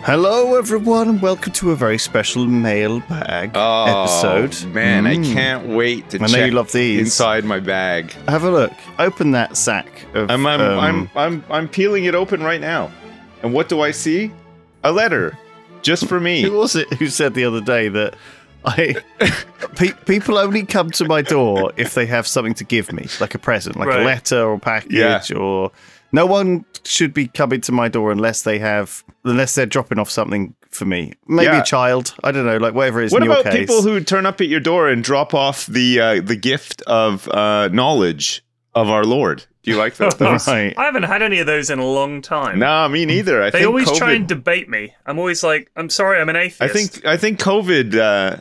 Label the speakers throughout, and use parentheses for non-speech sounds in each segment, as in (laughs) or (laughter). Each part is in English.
Speaker 1: Hello, everyone, and welcome to a very special mailbag episode.
Speaker 2: Oh, Man,
Speaker 1: Mm.
Speaker 2: I can't wait to
Speaker 1: I know
Speaker 2: check
Speaker 1: you love these.
Speaker 2: inside my bag.
Speaker 1: Have a look. Open that sack of.
Speaker 2: I'm I'm,
Speaker 1: um,
Speaker 2: I'm I'm I'm peeling it open right now. And what do I see? A letter. Just for
Speaker 1: Who
Speaker 2: me.
Speaker 1: was it who said the other day that
Speaker 2: (laughs)
Speaker 1: I pe- people only come to my door if they have something to give me, like a present, like
Speaker 2: Right.
Speaker 1: a letter or package,
Speaker 2: Yeah.
Speaker 1: or no one should be coming to my door unless they have unless they're dropping off something for me. Maybe
Speaker 2: Yeah.
Speaker 1: a child. I don't know. Like whatever it is.
Speaker 2: What
Speaker 1: in
Speaker 2: about
Speaker 1: your case.
Speaker 2: people who turn up at your door and drop off the uh, the gift of uh, knowledge of our Lord? Do you like
Speaker 1: (laughs)
Speaker 2: those?
Speaker 1: Right.
Speaker 3: I haven't had any of those in a long time.
Speaker 2: nah, me neither. I
Speaker 3: they
Speaker 2: think
Speaker 3: always
Speaker 2: COVID,
Speaker 3: try and debate me. I'm always like, I'm sorry, I'm an atheist.
Speaker 2: I think I think COVID. Uh,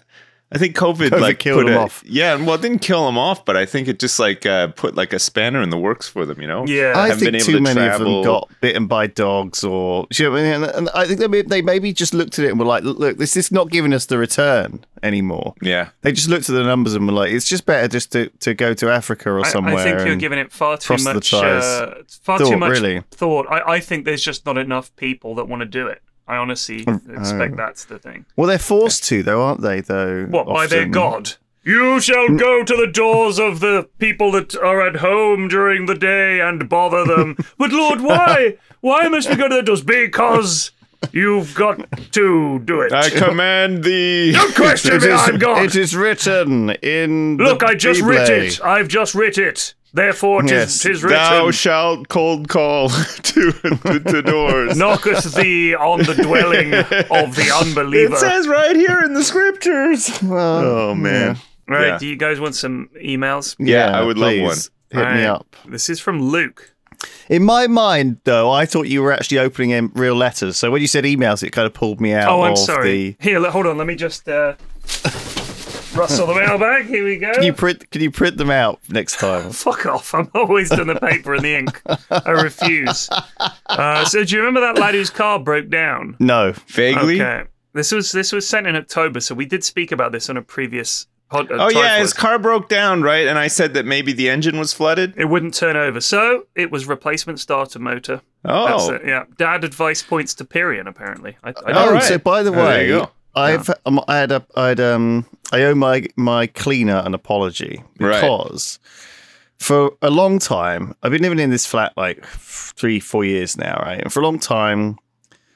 Speaker 2: I think COVID,
Speaker 1: COVID
Speaker 2: like
Speaker 1: killed
Speaker 2: put
Speaker 1: them
Speaker 2: a-
Speaker 1: off.
Speaker 2: Yeah, well, it didn't kill them off, but I think it just like uh, put like a spanner in the works for them. You know?
Speaker 3: Yeah.
Speaker 1: I
Speaker 2: haven't
Speaker 1: think
Speaker 2: been able
Speaker 1: too
Speaker 2: to
Speaker 1: many
Speaker 2: travel.
Speaker 1: of them got bitten by dogs, or you know what I mean? and, and I think they, may- they maybe just looked at it and were like, "Look, this is not giving us the return anymore."
Speaker 2: Yeah.
Speaker 1: They just looked at the numbers and were like, "It's just better just to, to go to Africa or
Speaker 3: I-
Speaker 1: somewhere."
Speaker 3: I, think you're
Speaker 1: and-
Speaker 3: giving it far too
Speaker 1: cross the
Speaker 3: much
Speaker 1: tires.
Speaker 3: uh, far too
Speaker 1: Thought,
Speaker 3: much
Speaker 1: really.
Speaker 3: thought. I, I think there's just not enough people that want to do it. I honestly
Speaker 1: Oh,
Speaker 3: expect that's the thing.
Speaker 1: well, they're forced to though, aren't they? Though
Speaker 3: What by their
Speaker 1: often?
Speaker 3: god? You shall go to the doors of the people that are at home during the day and
Speaker 1: (laughs)
Speaker 3: bother them. but Lord, why? Why must we go to the doors? Because you've got to do
Speaker 1: (laughs)
Speaker 3: it.
Speaker 2: I command
Speaker 3: (laughs)
Speaker 2: the.
Speaker 3: Don't
Speaker 1: It
Speaker 3: question me.
Speaker 1: is-
Speaker 3: I'm God.
Speaker 1: It is written in.
Speaker 3: Look,
Speaker 1: the
Speaker 3: I just writ
Speaker 1: Bible.
Speaker 3: it. I've just writ it. Therefore, tis,
Speaker 1: Yes.
Speaker 3: tis written.
Speaker 2: Thou shalt cold call (laughs) to to, to
Speaker 3: (laughs)
Speaker 2: doors.
Speaker 3: knocketh thee on the dwelling of
Speaker 1: (laughs)
Speaker 3: the unbeliever.
Speaker 2: It says right here in the scriptures.
Speaker 1: Well,
Speaker 2: Oh man.
Speaker 3: right,
Speaker 2: yeah.
Speaker 3: do you guys want some emails?
Speaker 2: Yeah, I would love
Speaker 1: please, Hit me
Speaker 3: Alright,
Speaker 1: up.
Speaker 3: This is from Luke.
Speaker 1: In my mind, though, I thought you were actually opening in real letters. So when you said emails, it kind of pulled me out.
Speaker 3: Oh, I'm
Speaker 1: of
Speaker 3: sorry.
Speaker 1: The,
Speaker 3: Here, le- hold on. Let me just uh, rustle the mailbag. Here we go.
Speaker 1: Can you print? Can you print them out next time?
Speaker 3: (laughs) Fuck off. I'm always done the paper and the ink.
Speaker 1: (laughs)
Speaker 3: I refuse. Uh, so, do you remember that lad whose car broke down?
Speaker 1: No.
Speaker 2: Vaguely.
Speaker 3: Okay. This was this was sent in October, so we did speak about this on a previous pod. uh,
Speaker 2: Oh yeah,
Speaker 3: Triflers.
Speaker 2: his car broke down, right? And I said that maybe the engine was flooded.
Speaker 3: It wouldn't turn over, so it was replacement starter motor. That's
Speaker 2: Oh,
Speaker 3: it, yeah. Dad advice points to Pyrian, apparently. I, I don't
Speaker 1: Oh,
Speaker 2: All right.
Speaker 1: so by the
Speaker 2: Oh, there
Speaker 1: way,
Speaker 2: you go.
Speaker 1: I've um, I had a I had um I owe my my cleaner an apology
Speaker 2: Right.
Speaker 1: because for a long time I've been living in this flat like three four years now, right? And for a long time,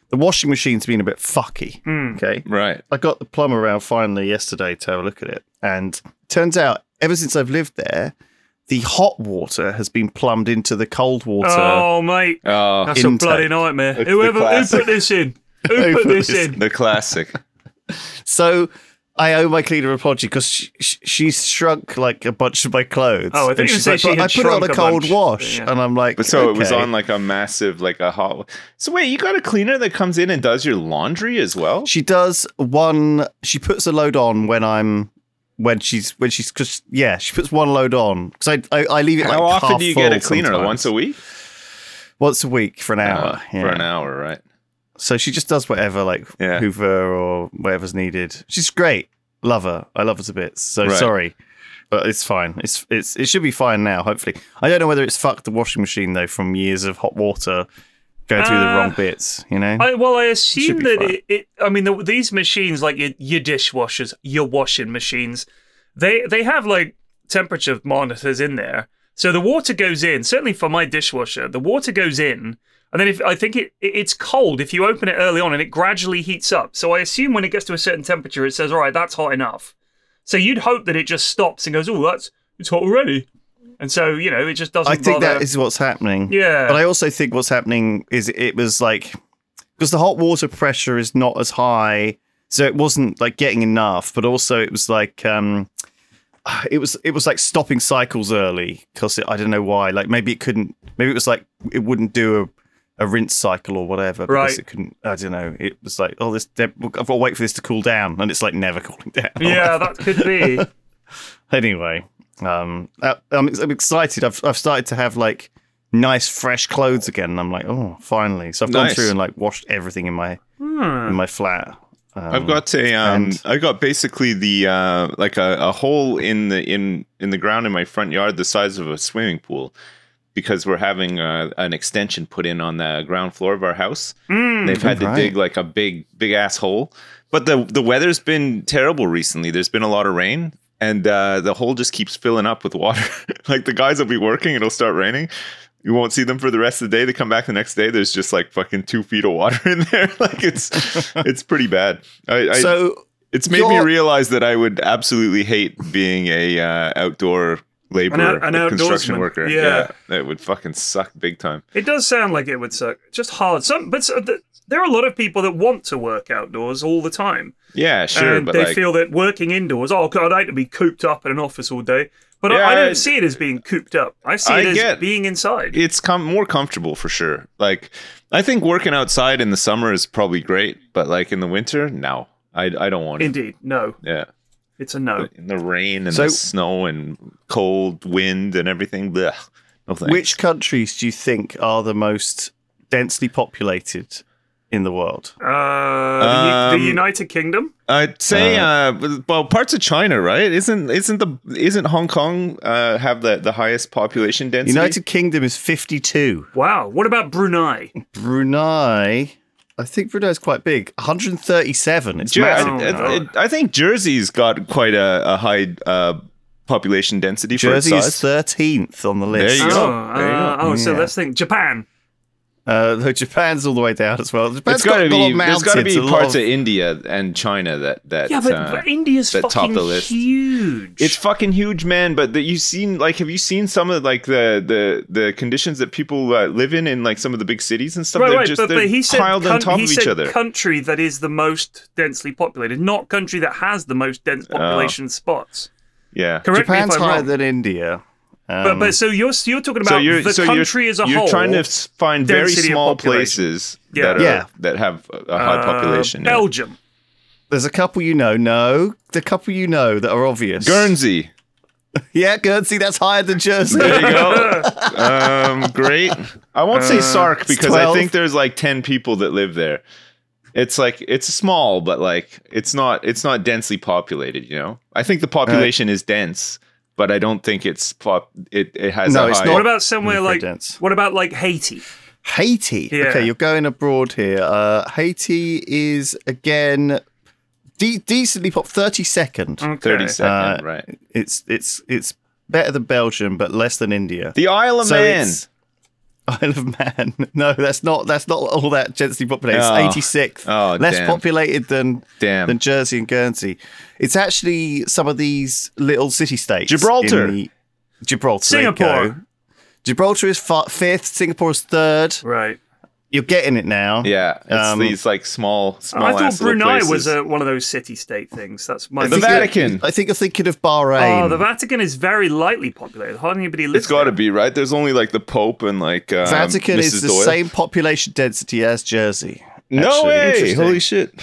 Speaker 1: the washing machine's been a bit fucky.
Speaker 2: Hmm.
Speaker 1: Okay,
Speaker 2: right.
Speaker 1: I got the plumber around finally yesterday to have a look at it, and turns out ever since I've lived there, the hot water has been plumbed into the cold water.
Speaker 3: Oh, mate. (laughs)
Speaker 2: Oh,
Speaker 3: That's a
Speaker 1: intake.
Speaker 3: bloody nightmare.
Speaker 2: It's the
Speaker 3: Whoever who
Speaker 2: classic.
Speaker 3: put this in? Who, put,
Speaker 1: put
Speaker 3: this,
Speaker 1: this
Speaker 3: in?
Speaker 2: the classic.
Speaker 1: So I owe my cleaner an apology because she, she, she's shrunk like a bunch of my clothes.
Speaker 3: Oh, I thought
Speaker 1: And
Speaker 3: you
Speaker 1: she's
Speaker 3: said
Speaker 1: like,
Speaker 3: she
Speaker 1: "But
Speaker 3: had
Speaker 1: I put it on
Speaker 3: shrunk
Speaker 1: a
Speaker 3: a
Speaker 1: cold
Speaker 3: bunch."
Speaker 1: wash,
Speaker 3: Yeah.
Speaker 1: and I'm like,
Speaker 2: But so it was
Speaker 1: "Okay."
Speaker 2: on like a massive, like a hot. So wait, you got a cleaner that comes in and does your laundry as well?
Speaker 1: She does one. She puts a load on when I'm when she's when she's because yeah, she puts one load on because I, I I leave it.
Speaker 2: How
Speaker 1: like,
Speaker 2: often
Speaker 1: half
Speaker 2: do you get a
Speaker 1: full
Speaker 2: cleaner?
Speaker 1: sometimes.
Speaker 2: Once a week?
Speaker 1: Once a week for an hour.
Speaker 2: Uh,
Speaker 1: yeah.
Speaker 2: For an hour, right?
Speaker 1: So she just does whatever, like
Speaker 2: Yeah.
Speaker 1: Hoover or whatever's needed. She's great. Love her. I love her to bits. So
Speaker 2: Right.
Speaker 1: sorry. But it's fine. It's it's it should be fine now, hopefully. I don't know whether it's fucked the washing machine though from years of hot water going through the
Speaker 3: Uh,
Speaker 1: wrong bits, you know?
Speaker 3: I, well, I assume
Speaker 1: be
Speaker 3: that
Speaker 1: fine.
Speaker 3: it, it. I mean, the, these machines, like your, your dishwashers, your washing machines, they they have like temperature monitors in there. So the water goes in, certainly for my dishwasher, the water goes in, and then if I think it, it it's cold if you open it early on and it gradually heats up. So I assume when it gets to a certain temperature it says, "All right, that's hot enough." So you'd hope that it just stops and goes, "Oh, that's it's hot already." And so, you know, it just doesn't
Speaker 1: I think
Speaker 3: bother.
Speaker 1: that is what's happening.
Speaker 3: Yeah.
Speaker 1: But I also think what's happening is it was like because the hot water pressure is not as high, so it wasn't like getting enough, but also it was like um (sighs) it was it was like stopping cycles early because I don't know why. Like maybe it couldn't maybe it was like it wouldn't do a a rinse cycle or whatever because
Speaker 3: Right.
Speaker 1: it couldn't I don't know. It was like oh this I've got to wait for this to cool down and it's like never (laughs) cooling down.
Speaker 3: yeah, that could
Speaker 1: (laughs)
Speaker 3: be.
Speaker 1: anyway, um, I, I'm, I'm excited. I've I've started to have like nice fresh clothes again, and I'm like, oh, finally. So I've gone
Speaker 2: Nice.
Speaker 1: through and like washed everything in my in my flat. Um,
Speaker 2: I've got a um,
Speaker 1: and-
Speaker 2: I got basically the uh, like a, a hole in the in in the ground in my front yard the size of a swimming pool because we're having uh an extension put in on the ground floor of our house. They've had
Speaker 1: Mm. Right.
Speaker 2: to dig like a big big asshole. But the the weather's been terrible recently. There's been a lot of rain. And uh, the hole just keeps filling up with water. (laughs) like the guys will be working, it'll start raining. You won't see them for the rest of the day. They come back the next day. There's just like fucking two feet of water (laughs) in there. like
Speaker 3: (laughs)
Speaker 2: it's it's pretty bad. I, I,
Speaker 1: so
Speaker 2: it's made me
Speaker 1: Your-
Speaker 2: realize that I would absolutely hate being a uh, outdoor laborer,
Speaker 3: An out- an
Speaker 2: a construction
Speaker 3: outdoorsman.
Speaker 2: worker.
Speaker 3: Yeah.
Speaker 2: that would fucking suck big time.
Speaker 3: It does sound like it would suck. Just hard. Some, but so, th- there are a lot of people that want to work outdoors all the time,
Speaker 2: Yeah, sure,
Speaker 3: and
Speaker 2: but
Speaker 3: they
Speaker 2: like,
Speaker 3: feel that working indoors. Oh, God, I'd hate to be cooped up in an office all day. But
Speaker 2: Yeah,
Speaker 3: I, I
Speaker 2: I-
Speaker 3: don't see it as being cooped up. I see
Speaker 2: I
Speaker 3: it as
Speaker 2: get-
Speaker 3: being inside.
Speaker 2: it's com- more comfortable for sure. Like, I think working outside in the summer is probably great, but like in the winter, no, I I don't want it.
Speaker 3: Indeed, no,
Speaker 2: Yeah,
Speaker 3: it's a no.
Speaker 2: in the rain and
Speaker 1: So-
Speaker 2: the snow and cold wind and everything. Blech. No thanks.
Speaker 1: which countries do you think are the most densely populated in the world?
Speaker 3: Uh, the, U-
Speaker 2: Um,
Speaker 3: the United Kingdom.
Speaker 2: I'd say, uh, well, parts of China, right? Isn't isn't the isn't Hong Kong uh, have the, the highest population density?
Speaker 1: United Kingdom is 52.
Speaker 3: Wow. What about Brunei?
Speaker 1: Brunei, I think Brunei is quite big. 137. It's
Speaker 2: Jer-
Speaker 1: massive.
Speaker 3: Oh,
Speaker 2: I, I-
Speaker 3: no.
Speaker 2: I think Jersey's got quite a, a high uh, population density
Speaker 1: Jersey
Speaker 2: for
Speaker 1: is
Speaker 2: its size.
Speaker 1: 13th on the list.
Speaker 2: There you go.
Speaker 3: oh,
Speaker 2: There you
Speaker 3: uh, oh, so
Speaker 1: Yeah.
Speaker 3: let's think Japan.
Speaker 1: Uh, though Japan's all the way down as well. Japan's
Speaker 2: it's got to
Speaker 1: a lot
Speaker 2: be
Speaker 1: of
Speaker 2: there's got to
Speaker 1: mountains,
Speaker 2: be
Speaker 1: a lot
Speaker 2: parts
Speaker 1: of-
Speaker 2: of India and China that that
Speaker 3: Yeah, but,
Speaker 2: uh,
Speaker 3: but India's
Speaker 2: that
Speaker 3: fucking
Speaker 2: top the list.
Speaker 3: huge.
Speaker 2: It's fucking huge, man. But that you've seen, like, have you seen some of like the the the conditions that people uh, live in in like some of the big cities and stuff?
Speaker 3: right,
Speaker 2: they're
Speaker 3: right,
Speaker 2: just
Speaker 3: but,
Speaker 2: they're
Speaker 3: but he said,
Speaker 2: piled on
Speaker 3: coun-
Speaker 2: top
Speaker 3: he
Speaker 2: of
Speaker 3: said
Speaker 2: each other.
Speaker 3: country that is the most densely populated, not country that has the most dense
Speaker 2: Oh.
Speaker 3: population spots.
Speaker 2: yeah.
Speaker 3: Correct
Speaker 1: Japan's
Speaker 3: me if I'm
Speaker 1: higher
Speaker 3: wrong.
Speaker 1: than India. Um,
Speaker 3: but, but so you're you're talking about the country as a
Speaker 2: you're
Speaker 3: whole.
Speaker 2: trying to s- find very
Speaker 3: density of
Speaker 2: small
Speaker 3: population.
Speaker 2: places
Speaker 3: Yeah.
Speaker 2: that are,
Speaker 1: Yeah.
Speaker 2: that have a- a high
Speaker 3: uh,
Speaker 2: population. yeah.
Speaker 3: Belgium.
Speaker 1: there's a couple you know. No, the couple you know that are obvious.
Speaker 2: Guernsey.
Speaker 1: (laughs) Yeah, Guernsey. That's higher than Jersey.
Speaker 2: There you
Speaker 1: (laughs)
Speaker 2: go. um, great. I won't
Speaker 1: Uh,
Speaker 2: say Sark because I
Speaker 1: 12.
Speaker 2: think there's like ten people that live there. It's like it's small, but like it's not it's not densely populated. You know, I think the population
Speaker 1: Uh,
Speaker 2: is dense, but I don't think it's pop. It it has
Speaker 1: No,
Speaker 2: a
Speaker 1: it's
Speaker 2: high.
Speaker 1: not.
Speaker 3: What about somewhere
Speaker 1: very
Speaker 3: like
Speaker 1: dense.
Speaker 3: what about like Haiti?
Speaker 1: Haiti.
Speaker 3: Yeah.
Speaker 1: Okay, you're going abroad here. Uh, Haiti is again de- decently pop 32nd.
Speaker 3: Okay.
Speaker 2: Thirty second,
Speaker 1: Uh,
Speaker 2: right?
Speaker 1: It's it's it's better than Belgium, but less than India.
Speaker 2: The Isle of
Speaker 1: So
Speaker 2: Man.
Speaker 1: it's- Isle of Man. (laughs) No, that's not that's not all that densely populated.
Speaker 2: Oh.
Speaker 1: It's 86th.
Speaker 2: Oh,
Speaker 1: Less
Speaker 2: damn.
Speaker 1: populated than
Speaker 2: Damn.
Speaker 1: than Jersey and Guernsey. It's actually some of these little city states.
Speaker 2: Gibraltar.
Speaker 1: in the- Gibraltar. there you go.
Speaker 3: Singapore.
Speaker 1: Gibraltar is fi- fifth. Singapore is third.
Speaker 3: Right.
Speaker 1: You're getting it now.
Speaker 2: Yeah, it's
Speaker 1: Um,
Speaker 2: these like small, small.
Speaker 3: I thought
Speaker 2: ass little
Speaker 3: Brunei was
Speaker 2: places.
Speaker 3: a, one of those city state things. That's my
Speaker 2: The
Speaker 3: mistake.
Speaker 2: Vatican.
Speaker 1: I think you're thinking of Bahrain.
Speaker 3: Oh, the Vatican is very lightly populated. Hardly anybody lives.
Speaker 2: It's got to
Speaker 3: to
Speaker 2: be right. There's only like the Pope and like um,
Speaker 1: Vatican
Speaker 2: Mrs.
Speaker 1: is the
Speaker 2: Doyle.
Speaker 1: same population density as Jersey.
Speaker 2: No
Speaker 1: actually.
Speaker 2: way!
Speaker 1: Interesting.
Speaker 2: Holy shit!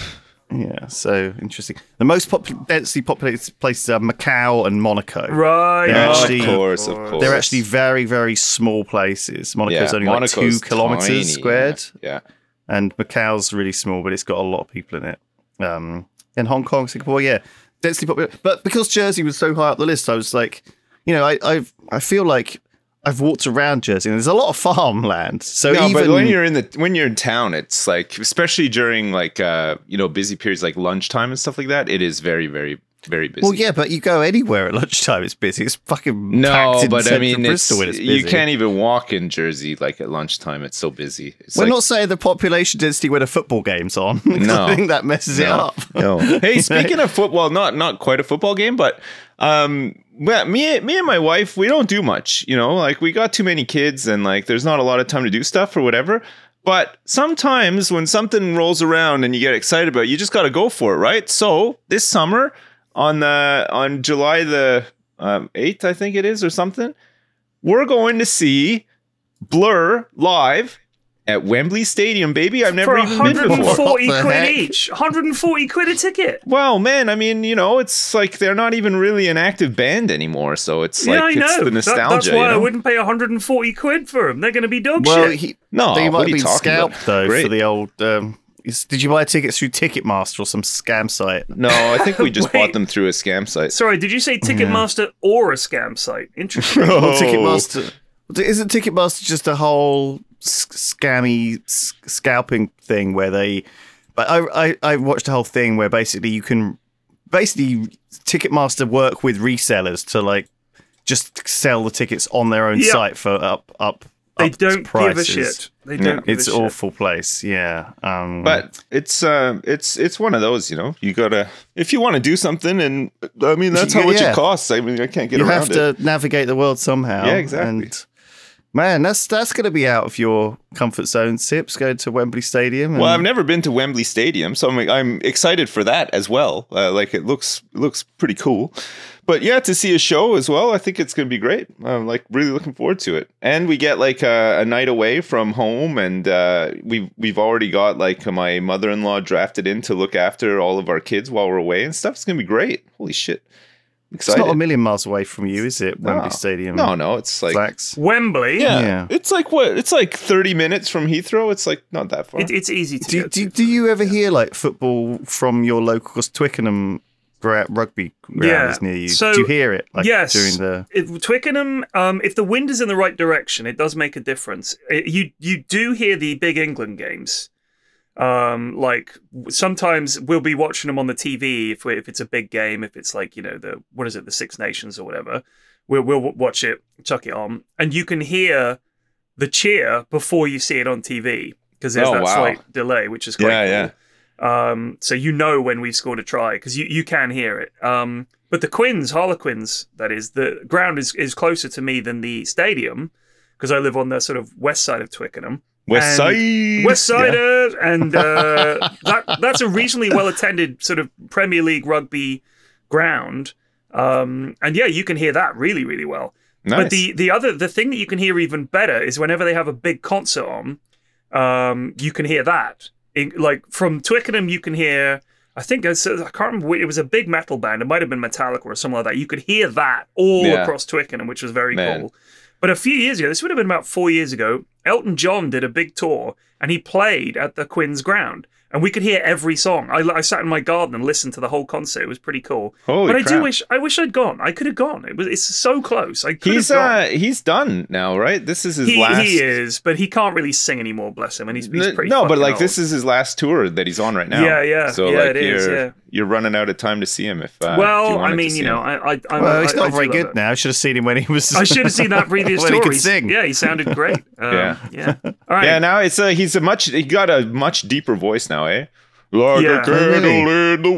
Speaker 1: Yeah, so interesting. The most pop- densely populated places are Macau and Monaco.
Speaker 3: Right.
Speaker 1: They're
Speaker 3: Oh,
Speaker 1: actually-
Speaker 2: of course, of course.
Speaker 1: They're actually very, very small places. Monaco's only like
Speaker 2: Monaco's
Speaker 1: two kilometers
Speaker 2: tiny,
Speaker 1: squared,
Speaker 2: Yeah.
Speaker 1: and Macau's really small, but it's got a lot of people in it. Um, and Hong Kong, Singapore, yeah, densely popular. But because Jersey was so high up the list, I was like, you know, I I've, I feel like I've walked around Jersey, and there's a lot of (laughs) farmland. So
Speaker 2: yeah. No,
Speaker 1: even
Speaker 2: but when you're in the when you're in town, it's like especially during like uh you know busy periods like lunchtime and stuff like that. It is very very very busy.
Speaker 1: Well, yeah, but you go anywhere at lunchtime, it's busy. It's fucking packed
Speaker 2: No,
Speaker 1: in
Speaker 2: but I
Speaker 1: central
Speaker 2: mean, it's,
Speaker 1: Bristol when it's busy.
Speaker 2: you can't even walk in Jersey like at lunchtime. It's so busy. It's
Speaker 1: We're
Speaker 2: like,
Speaker 1: not saying the population density when a football game's on. 'cause (laughs) I
Speaker 2: No.
Speaker 1: think that messes it up. (laughs)
Speaker 2: no. Hey, speaking of football, not not quite a football game, but um, well, me me and my wife, we don't do much. You know, like we got too many kids, and like there's not a lot of time to do stuff or whatever. But sometimes when something rolls around and you get excited about, it, you just got to go for it, right? So this summer on the on July the um, 8th, I think it is, or something, we're going to see Blur live. At Wembley Stadium, baby. I've never
Speaker 3: for
Speaker 2: even been before.
Speaker 3: 140
Speaker 1: What the
Speaker 3: quid
Speaker 1: heck?
Speaker 3: each. 140 quid a ticket.
Speaker 2: Well, man, I mean, you know, it's like they're not even really an active band anymore, so it's
Speaker 3: yeah, I
Speaker 2: like it's the
Speaker 3: know. That- that's
Speaker 2: nostalgia.
Speaker 3: why
Speaker 2: you
Speaker 3: I
Speaker 2: know?
Speaker 3: wouldn't pay 140 quid for them. They're going to be dog
Speaker 1: Well,
Speaker 3: shit.
Speaker 1: he,
Speaker 2: No,
Speaker 1: they
Speaker 2: what
Speaker 1: might
Speaker 2: are
Speaker 1: have
Speaker 2: you
Speaker 1: been
Speaker 2: talking about?
Speaker 1: scalped though for
Speaker 2: Great.
Speaker 1: the old. Um, is- did you buy tickets through Ticketmaster or some scam site?
Speaker 2: No, I think
Speaker 3: (laughs)
Speaker 2: we just
Speaker 3: Wait.
Speaker 2: bought them through a
Speaker 1: (laughs)
Speaker 2: scam site.
Speaker 3: Sorry, did you say Ticketmaster or a scam site?
Speaker 2: (laughs)
Speaker 3: Interesting.
Speaker 1: Well,
Speaker 2: Oh,
Speaker 1: Ticketmaster isn't Ticketmaster just a whole sc- scammy s- scalping thing where they? But I, I I watched a whole thing where basically you can basically Ticketmaster work with resellers to like just sell the tickets on their own
Speaker 3: Yeah.
Speaker 1: site for up up.
Speaker 3: they
Speaker 1: upped
Speaker 3: don't
Speaker 1: prices.
Speaker 3: give a shit. They
Speaker 2: Yeah,
Speaker 3: don't. give
Speaker 1: It's
Speaker 3: a shit.
Speaker 1: awful place, yeah. Um,
Speaker 2: But it's uh, it's it's one of those, you know. You gotta if you want to do something, and I mean that's how much
Speaker 1: (laughs) Yeah.
Speaker 2: it costs. I mean, I can't get
Speaker 1: you have
Speaker 2: around it.
Speaker 1: to navigate the world somehow.
Speaker 2: Yeah, exactly.
Speaker 1: And man, that's that's going to be out of your comfort zone. Sips going to Wembley Stadium. And
Speaker 2: Well, I've never been to Wembley Stadium, so I'm I'm excited for that as well. Uh, like it looks it looks pretty cool, but yeah, to see a show as well, I think it's going to be great. I'm like really looking forward to it, and we get like a, a night away from home, and uh, we've we've already got like my mother in law drafted in to look after all of our kids while we're away and stuff. It's going to be great. Holy shit! I'm
Speaker 1: it's
Speaker 2: Excited.
Speaker 1: not a million miles away from you, is it? Wembley
Speaker 2: No.
Speaker 1: Stadium.
Speaker 2: Ah, No, no, it's like
Speaker 1: Zach's.
Speaker 3: Wembley.
Speaker 2: yeah,
Speaker 1: Yeah.
Speaker 2: it's like what it's like thirty minutes from Heathrow. It's like not that far.
Speaker 3: It, it's easy to
Speaker 1: Do,
Speaker 3: get
Speaker 1: do,
Speaker 3: to.
Speaker 1: do you ever hear like football from your local? Because Twickenham gra- rugby ground
Speaker 3: Yeah.
Speaker 1: is near you.
Speaker 3: So-
Speaker 1: do you hear it? Like,
Speaker 3: yes.
Speaker 1: During the
Speaker 3: If Twickenham, um, if the wind is in the right direction, it does make a difference. It- you you do hear the big England games. Um, like w- sometimes we'll be watching them on the TV if we, if it's a big game, if it's like you know the what is it the Six Nations or whatever. We'll we'll w- watch it, chuck it on, and you can hear the cheer before you see it on TV because there's
Speaker 2: Oh,
Speaker 3: that
Speaker 2: wow.
Speaker 3: slight delay, which is quite
Speaker 2: Yeah,
Speaker 3: cool.
Speaker 2: yeah.
Speaker 3: Um, so you know when we've scored a try because you, you can hear it. Um, but the Quins, Harlequins, that is, the ground is, is closer to me than the stadium because I live on the sort of west side of Twickenham.
Speaker 2: West
Speaker 3: And-
Speaker 2: Side.
Speaker 3: West
Speaker 2: Yeah.
Speaker 3: Siders, and uh, (laughs) that that's a reasonably well attended sort of Premier League rugby ground. Um, and yeah, you can hear that really, really well. But
Speaker 2: Nice.
Speaker 3: the the other the thing that you can hear even better is whenever they have a big concert on, um, you can hear that. In, like from Twickenham, you can hear. I think it's, I can't remember. which- It was a big metal band. It might have been Metallica or something like that. You could hear that all
Speaker 2: Yeah.
Speaker 3: across Twickenham, which was very
Speaker 2: Man.
Speaker 3: cool. But a few years ago, this would have been about four years ago. Elton John did a big tour, and he played at the Quinn's Ground, and we could hear every song. I, I sat in my garden and listened to the whole concert. It was pretty cool.
Speaker 2: Holy
Speaker 3: but I do
Speaker 2: crap.
Speaker 3: wish I wish I'd gone. I could have gone. It was it's so close. I could
Speaker 2: He's
Speaker 3: have gone.
Speaker 2: uh he's done now, right? This is his
Speaker 3: he,
Speaker 2: last.
Speaker 3: he is, but he can't really sing anymore. Bless him, and he's, he's
Speaker 2: N-
Speaker 3: pretty.
Speaker 2: no, but
Speaker 3: fucking
Speaker 2: like
Speaker 3: old.
Speaker 2: this is his last tour that he's on right now.
Speaker 3: Yeah, yeah.
Speaker 2: So
Speaker 3: Yeah,
Speaker 2: like
Speaker 3: it is,
Speaker 2: you're
Speaker 3: yeah.
Speaker 2: you're running out of time to see him if. Uh, if
Speaker 3: well,
Speaker 2: wanted
Speaker 3: I
Speaker 2: to
Speaker 3: mean,
Speaker 2: see
Speaker 3: you know,
Speaker 2: him.
Speaker 3: I, I, I'm,
Speaker 1: well, he's
Speaker 3: I-
Speaker 1: not
Speaker 3: I do
Speaker 1: very
Speaker 3: love
Speaker 1: good
Speaker 3: it.
Speaker 1: now. I should have seen him when he was.
Speaker 3: I should have seen
Speaker 1: (laughs)
Speaker 3: that previous
Speaker 1: when
Speaker 3: story.
Speaker 1: he could sing.
Speaker 3: Yeah, he sounded
Speaker 1: (laughs)
Speaker 3: great. Um,
Speaker 2: Yeah.
Speaker 3: yeah. All right.
Speaker 2: yeah. Now it's a he's a much he got a much deeper voice now, eh? Like
Speaker 3: Yeah.
Speaker 2: a candle in the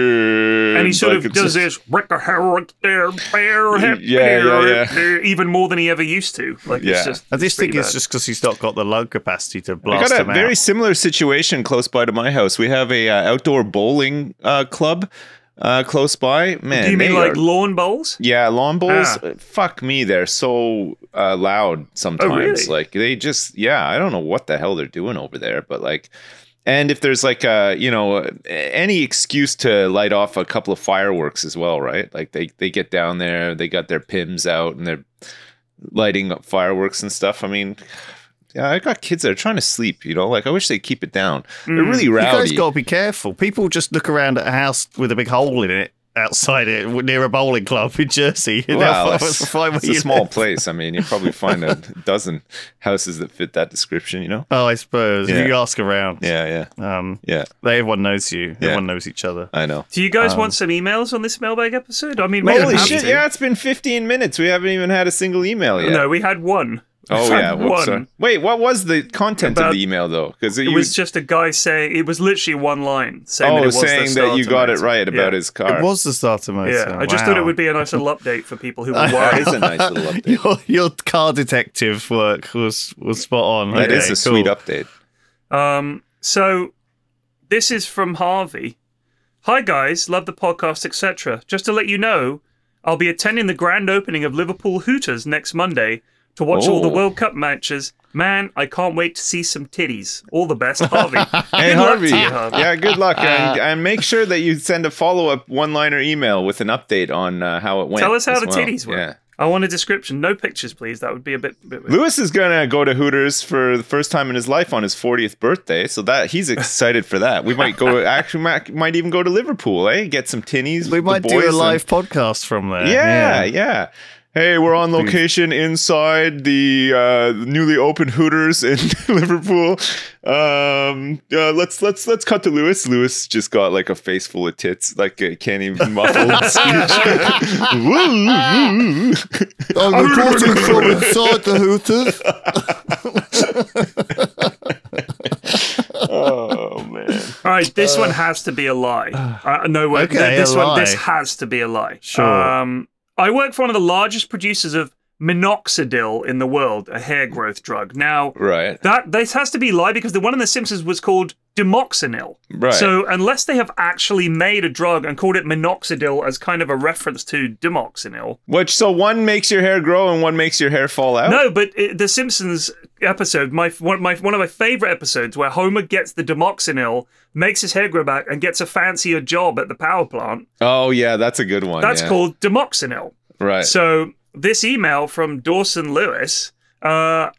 Speaker 2: wind.
Speaker 3: and he sort
Speaker 2: Like,
Speaker 3: of
Speaker 2: it's
Speaker 3: does
Speaker 2: just-
Speaker 3: this rick a there bear
Speaker 2: Yeah,
Speaker 3: hip,
Speaker 2: yeah,
Speaker 3: there,
Speaker 2: yeah.
Speaker 3: hip, there, even more than he ever used to. Like
Speaker 2: Yeah.
Speaker 3: it's just
Speaker 1: I just think
Speaker 3: pretty
Speaker 1: it's
Speaker 3: bad.
Speaker 1: just because he's not got the lung capacity to
Speaker 2: I
Speaker 1: blast
Speaker 2: got a
Speaker 1: him out.
Speaker 2: very similar situation close by to my house. We have a uh, outdoor bowling uh, club uh, close by. Man,
Speaker 3: Do you mean
Speaker 2: they
Speaker 3: like
Speaker 2: are-
Speaker 3: lawn bowls?
Speaker 2: Yeah, lawn bowls.
Speaker 3: Ah.
Speaker 2: uh, Fuck me, they're so uh, loud sometimes.
Speaker 3: really?
Speaker 2: Like they just, yeah, I don't know what the hell they're doing over there, but like, and if there's like a, you know, uh, any excuse to light off a couple of fireworks as well, right? Like they they get down there, they got their pims out, and they're lighting up fireworks and stuff. I mean. Yeah, I got kids that are trying to sleep, you know. Like I wish they'd keep it down. They're really
Speaker 1: You guys
Speaker 2: rowdy.
Speaker 1: got to be careful. People just look around at a house with a big hole in it outside it w- near a bowling club in Jersey. (laughs) How
Speaker 2: Well,
Speaker 1: far-
Speaker 2: (laughs) it's,
Speaker 1: far away
Speaker 2: it's a
Speaker 1: you
Speaker 2: small
Speaker 1: live?
Speaker 2: place. I mean, you probably find a dozen houses that fit that description. You know?
Speaker 1: Oh, I suppose
Speaker 2: Yeah.
Speaker 1: if you ask around,
Speaker 2: Yeah, yeah,
Speaker 1: um,
Speaker 2: yeah.
Speaker 1: they, everyone knows you.
Speaker 2: Yeah.
Speaker 1: Everyone knows each other.
Speaker 2: I know.
Speaker 3: Do you guys want some emails on this mailbag episode? I mean, we're
Speaker 2: Um, Holy
Speaker 3: happy
Speaker 2: shit!
Speaker 3: to.
Speaker 2: Yeah, it's been 15 minutes. We haven't even had a single email yet.
Speaker 3: No, we had one.
Speaker 2: oh
Speaker 3: We had
Speaker 2: yeah. whoops,
Speaker 3: one.
Speaker 2: sorry. Wait, what was the content
Speaker 3: About-
Speaker 2: of the email though? Because
Speaker 3: It was just a guy saying it was literally one line saying that it
Speaker 2: oh,
Speaker 3: was their
Speaker 2: saying that you
Speaker 3: starter
Speaker 2: got it
Speaker 3: motor.
Speaker 2: right about
Speaker 3: yeah.
Speaker 2: his car.
Speaker 1: It was the starter motor.
Speaker 3: Yeah, I just thought it
Speaker 1: Wow.
Speaker 3: would be a nice little update for
Speaker 2: (laughs)
Speaker 3: people who were
Speaker 2: That
Speaker 3: worried.
Speaker 2: is a nice
Speaker 3: (laughs)
Speaker 2: little update.
Speaker 1: (laughs) Your, your car detective work was was spot on.
Speaker 2: That is
Speaker 1: Okay,
Speaker 2: a sweet
Speaker 1: cool.
Speaker 2: update.
Speaker 3: Um, so this is from Harvey. Hi guys, love the podcast, etc. Just to let you know, I'll be attending the grand opening of Liverpool Hooters next Monday to watch all the
Speaker 2: Oh.
Speaker 3: World Cup matches. Man, I can't wait to see some titties. All the best, Harvey.
Speaker 2: (laughs) Hey
Speaker 3: Good luck
Speaker 2: Harvey.
Speaker 3: to you, Harvey.
Speaker 2: yeah, good luck, and,
Speaker 3: Uh,
Speaker 2: and make sure that you send a follow-up one-liner email with an update on uh, how it went.
Speaker 3: Tell us how
Speaker 2: as
Speaker 3: the
Speaker 2: well.
Speaker 3: titties were.
Speaker 2: Yeah.
Speaker 3: I want a description. No pictures, please. That would be a bit. bit weird.
Speaker 2: Lewis is gonna go to Hooters for the first time in his life on his 40th birthday, so that he's excited for that. We might (laughs) go, actually, might, might even go to Liverpool, eh? Get some tinnies.
Speaker 1: We
Speaker 2: with
Speaker 1: might
Speaker 2: the
Speaker 1: do a
Speaker 2: boys
Speaker 1: live podcast from there.
Speaker 2: And, yeah, yeah, Hey, we're on location inside the uh, newly opened Hooters in (laughs) Liverpool. Um, uh, let's let's let's cut to Lewis. Lewis just got like a face full of tits, like uh, can't (laughs) even muffle his speech. Woo, woo, (laughs) woo.
Speaker 4: I'm reporting
Speaker 1: (laughs)
Speaker 4: from inside the Hooters.
Speaker 2: oh man.
Speaker 3: All right, this one has to be
Speaker 2: (sighs)
Speaker 3: a lie. Uh, no way.
Speaker 1: okay,
Speaker 3: Th- this
Speaker 1: a
Speaker 3: one, this
Speaker 1: lie.
Speaker 3: has to be a lie.
Speaker 1: Sure.
Speaker 3: Um, I work for one of the largest producers of minoxidil in the world, a hair growth drug. Now,
Speaker 2: Right.
Speaker 3: that this has to be a lie because the one in The Simpsons was called Demoxenil.
Speaker 2: Right.
Speaker 3: So unless they have actually made a drug and called it minoxidil as kind of a reference to Demoxenil,
Speaker 2: Which so one makes your hair grow and one makes your hair fall
Speaker 1: Oh.
Speaker 2: out.
Speaker 3: No, but it, the Simpsons episode, my one, my one of my favorite episodes, where Homer gets the Demoxenil, makes his hair grow back, and gets a fancier job at the power plant.
Speaker 2: Oh yeah, that's a good one.
Speaker 3: That's
Speaker 2: yeah.
Speaker 3: called Demoxenil.
Speaker 2: Right.
Speaker 3: So this email from Dawson Lewis uh,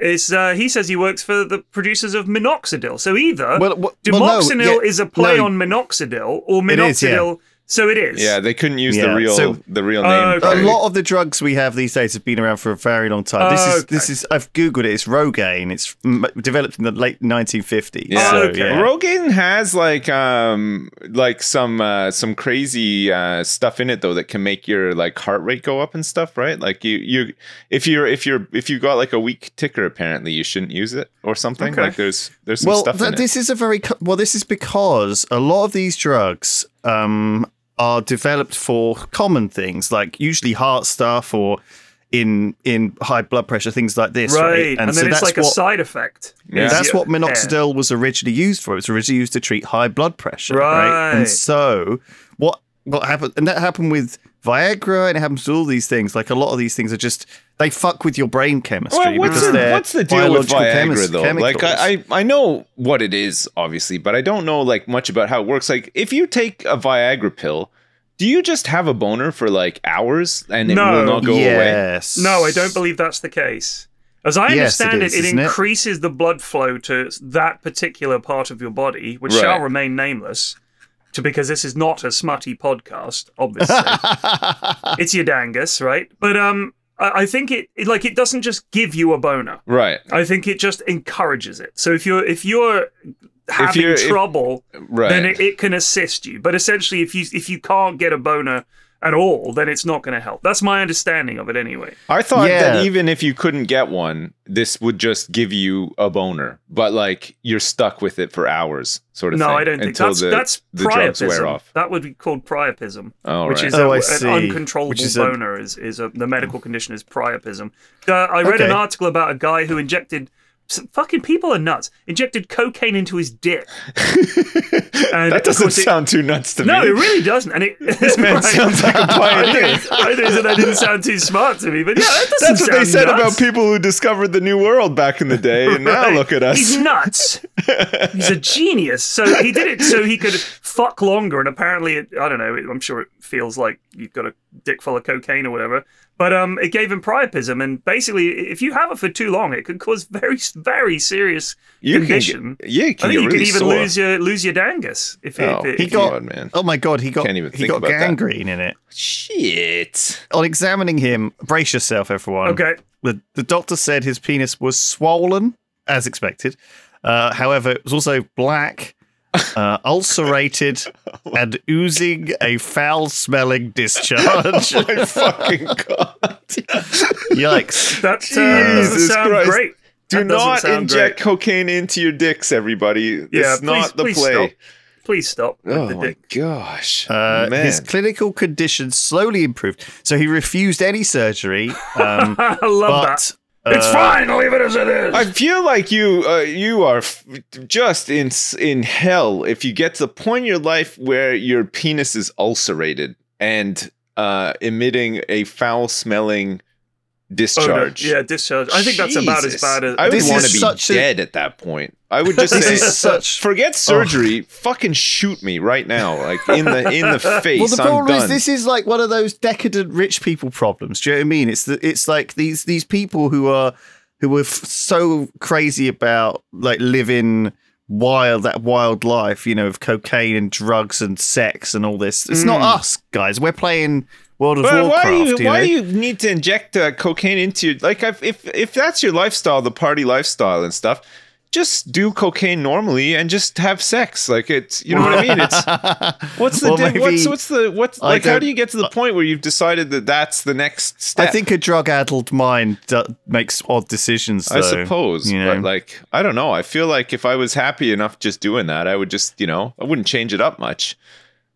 Speaker 3: is uh, he says he works for the producers of minoxidil. So either
Speaker 1: Well, wh- well, no,
Speaker 3: Demoxenil
Speaker 1: yeah,
Speaker 3: is a play
Speaker 1: no.
Speaker 3: on minoxidil, or
Speaker 1: It
Speaker 3: minoxidil.
Speaker 1: is, yeah.
Speaker 3: So it is.
Speaker 2: yeah, they couldn't use the
Speaker 1: Yeah,
Speaker 2: real
Speaker 1: so-
Speaker 2: the real
Speaker 3: Oh,
Speaker 2: name.
Speaker 3: okay.
Speaker 1: A
Speaker 2: probably.
Speaker 1: lot of the drugs we have these days have been around for a very long time. This is
Speaker 3: Oh, Okay.
Speaker 1: this is I've googled it. It's Rogaine. It's m- developed in the late 1950s.
Speaker 2: Yeah.
Speaker 1: So,
Speaker 3: Oh, Okay.
Speaker 1: yeah.
Speaker 2: Rogaine has like um like some uh, some crazy uh, stuff in it though that can make your like heart rate go up and stuff, right? Like you you if you're if you're if you got like a weak ticker apparently you shouldn't use it or something.
Speaker 3: Okay.
Speaker 2: Like there's there's some
Speaker 1: Well,
Speaker 2: stuff
Speaker 1: th-
Speaker 2: in
Speaker 1: this is a very co- well. This is because a lot of these drugs um, are developed for common things, like usually heart stuff or in in high blood pressure things like this. Right,
Speaker 3: Right, and,
Speaker 1: so
Speaker 3: then it's
Speaker 1: that's
Speaker 3: like
Speaker 1: what
Speaker 3: a side effect.
Speaker 2: Yeah.
Speaker 3: Is
Speaker 1: That's
Speaker 3: your
Speaker 1: what
Speaker 3: hair.
Speaker 1: minoxidil was originally used for. It was originally used to treat high blood pressure, right?
Speaker 3: Right.
Speaker 1: And so what what happened? And that happened with Viagra, and it happens to all these things. Like a lot of these things are just they fuck with your brain chemistry
Speaker 2: Well, what's,
Speaker 1: because
Speaker 2: the,
Speaker 1: they're
Speaker 2: what's the deal with
Speaker 1: biological
Speaker 2: Viagra
Speaker 1: chemis-
Speaker 2: though?
Speaker 1: chemicals.
Speaker 2: Like I, I I know what it is obviously, but I don't know like much about how it works. Like if you take a Viagra pill, do you just have a boner for like hours and it
Speaker 3: No.
Speaker 2: will not go away?
Speaker 1: yes.
Speaker 3: No, I don't believe that's the case. As I
Speaker 1: Yes, it
Speaker 3: understand
Speaker 1: is,
Speaker 3: it, it,
Speaker 1: isn't it?
Speaker 3: increases the blood flow to that particular part of your body, which
Speaker 2: Right.
Speaker 3: shall remain nameless, to because this is not a smutty podcast,
Speaker 1: (laughs)
Speaker 3: obviously. it's your dangus, right? But um, I, I think it, it like it doesn't just give you a boner.
Speaker 2: Right,
Speaker 3: I think it just encourages it. So if you're if you're having
Speaker 2: you're- if-
Speaker 3: trouble,
Speaker 2: right.
Speaker 3: then it, it can assist you. But essentially, if you if you can't get a boner at all, then it's not going to help. That's my understanding of it, anyway.
Speaker 2: I thought
Speaker 1: Yeah.
Speaker 2: that even if you couldn't get one, this would just give you a boner, but like you're stuck with it for hours, sort of
Speaker 3: No,
Speaker 2: thing.
Speaker 3: I don't think
Speaker 2: until
Speaker 3: that's
Speaker 2: the,
Speaker 3: that's
Speaker 2: the drugs wear
Speaker 3: priapism.
Speaker 2: off.
Speaker 3: That would be called priapism,
Speaker 2: Oh,
Speaker 3: which
Speaker 2: right.
Speaker 3: is
Speaker 1: Oh, I
Speaker 3: a- an
Speaker 1: see.
Speaker 3: uncontrollable
Speaker 1: Which is a-
Speaker 3: boner. Is is a, the
Speaker 2: Mm.
Speaker 3: medical condition is priapism. Uh, I read an
Speaker 1: Okay.
Speaker 3: article about a guy who injected. s- Fucking people are nuts. Injected cocaine into his
Speaker 2: (laughs)
Speaker 3: dick. and
Speaker 2: that
Speaker 3: of
Speaker 2: doesn't
Speaker 3: course it-
Speaker 2: sound too nuts to
Speaker 3: No,
Speaker 2: me.
Speaker 3: it really doesn't.
Speaker 2: (laughs)
Speaker 3: And it
Speaker 1: (laughs)
Speaker 3: this (laughs)
Speaker 2: man sounds like a pioneer. (laughs)
Speaker 3: I said that didn't sound too smart to me, but yeah, that doesn't
Speaker 2: That's what they
Speaker 3: sound
Speaker 2: said about
Speaker 3: nuts.
Speaker 2: people who discovered the new world back in the day, and now
Speaker 3: (laughs) Right.
Speaker 2: look at us.
Speaker 3: He's nuts.
Speaker 2: (laughs)
Speaker 3: He's a genius. So he did it so he could fuck longer. And apparently, it, I don't know. It, I'm sure it feels like you've got a dick full of cocaine or whatever. But um, it gave him priapism, and basically, if you have it for too long, it can cause very, very serious
Speaker 2: You can get,
Speaker 3: condition.
Speaker 2: yeah, you
Speaker 3: I
Speaker 2: can get
Speaker 3: think you
Speaker 2: really
Speaker 3: could even
Speaker 2: sore.
Speaker 3: lose your lose your dangus if,
Speaker 2: Oh,
Speaker 3: if, if,
Speaker 2: he
Speaker 3: if
Speaker 2: got-
Speaker 3: you-
Speaker 2: on, man.
Speaker 1: Oh my god, he got
Speaker 2: Can't even
Speaker 1: he
Speaker 2: think
Speaker 1: got
Speaker 2: about that.
Speaker 1: gangrene in it.
Speaker 3: (laughs)
Speaker 2: Shit.
Speaker 1: On examining him, brace yourself, everyone.
Speaker 3: okay.
Speaker 1: The the doctor said his penis was swollen, as expected. Uh, however, it was also black,
Speaker 2: (laughs)
Speaker 1: uh, ulcerated, and oozing a foul-smelling
Speaker 2: (laughs)
Speaker 1: discharge.
Speaker 2: Oh My fucking
Speaker 3: (laughs)
Speaker 2: god.
Speaker 1: Yikes!
Speaker 3: That uh, doesn't
Speaker 2: Jesus
Speaker 3: sound
Speaker 2: Christ.
Speaker 3: great.
Speaker 2: Do
Speaker 3: That doesn't
Speaker 2: not
Speaker 3: sound
Speaker 2: inject cocaine into your dicks, everybody.
Speaker 3: Yeah,
Speaker 2: it's not
Speaker 3: please-
Speaker 2: the
Speaker 3: please
Speaker 2: play.
Speaker 3: stop. Please stop. with
Speaker 2: Oh
Speaker 3: the
Speaker 2: my
Speaker 3: dick.
Speaker 2: gosh,
Speaker 1: Uh,
Speaker 2: man!
Speaker 1: his clinical condition slowly improved, so he refused any surgery. Um,
Speaker 3: I (laughs) love
Speaker 1: but
Speaker 3: that.
Speaker 2: uh,
Speaker 3: it's fine. Leave it as it is.
Speaker 2: I feel like you uh, you are f- just in s- in hell if you get to the point in your life where your penis is ulcerated and uh, emitting a foul smelling
Speaker 3: Oh, no.
Speaker 2: discharge.
Speaker 3: Yeah, discharge. I think that's about as
Speaker 2: Jesus.
Speaker 3: bad as.
Speaker 2: I would
Speaker 1: This
Speaker 2: want
Speaker 1: is
Speaker 2: to
Speaker 1: such
Speaker 2: be
Speaker 1: a-
Speaker 2: dead at that point. I would just
Speaker 1: This
Speaker 2: say,
Speaker 1: is such-
Speaker 2: forget surgery. Fucking shoot me right now, like in the in
Speaker 1: (laughs)
Speaker 2: the face.
Speaker 1: Well, the
Speaker 2: I'm
Speaker 1: problem is,
Speaker 2: done.
Speaker 1: this is like one of those decadent rich people problems. Do you know what I mean? It's the, it's like these these people who are who were f- so crazy about like living wild that wild life, you know, of cocaine and drugs and sex and all this. It's not us guys. We're playing World of
Speaker 2: But Hmm. why
Speaker 1: Warcraft.
Speaker 2: do you,
Speaker 1: you
Speaker 2: why
Speaker 1: know?
Speaker 2: do you need to inject uh, cocaine into your like if if if that's your lifestyle, the party lifestyle and stuff, just do cocaine normally and just have sex. Like it's you know what I mean. It's
Speaker 1: (laughs)
Speaker 2: what's the
Speaker 1: Well,
Speaker 2: di- what's
Speaker 1: maybe
Speaker 2: what's the what's
Speaker 1: I
Speaker 2: like how
Speaker 1: don't-
Speaker 2: do you get to the point where you've decided that that's the next step?
Speaker 1: I think a drug-addled mind d- makes odd decisions.
Speaker 2: I
Speaker 1: though,
Speaker 2: suppose,
Speaker 1: you know?
Speaker 2: but like I don't know. I feel like if I was happy enough just doing that, I would just you know I wouldn't change it up much.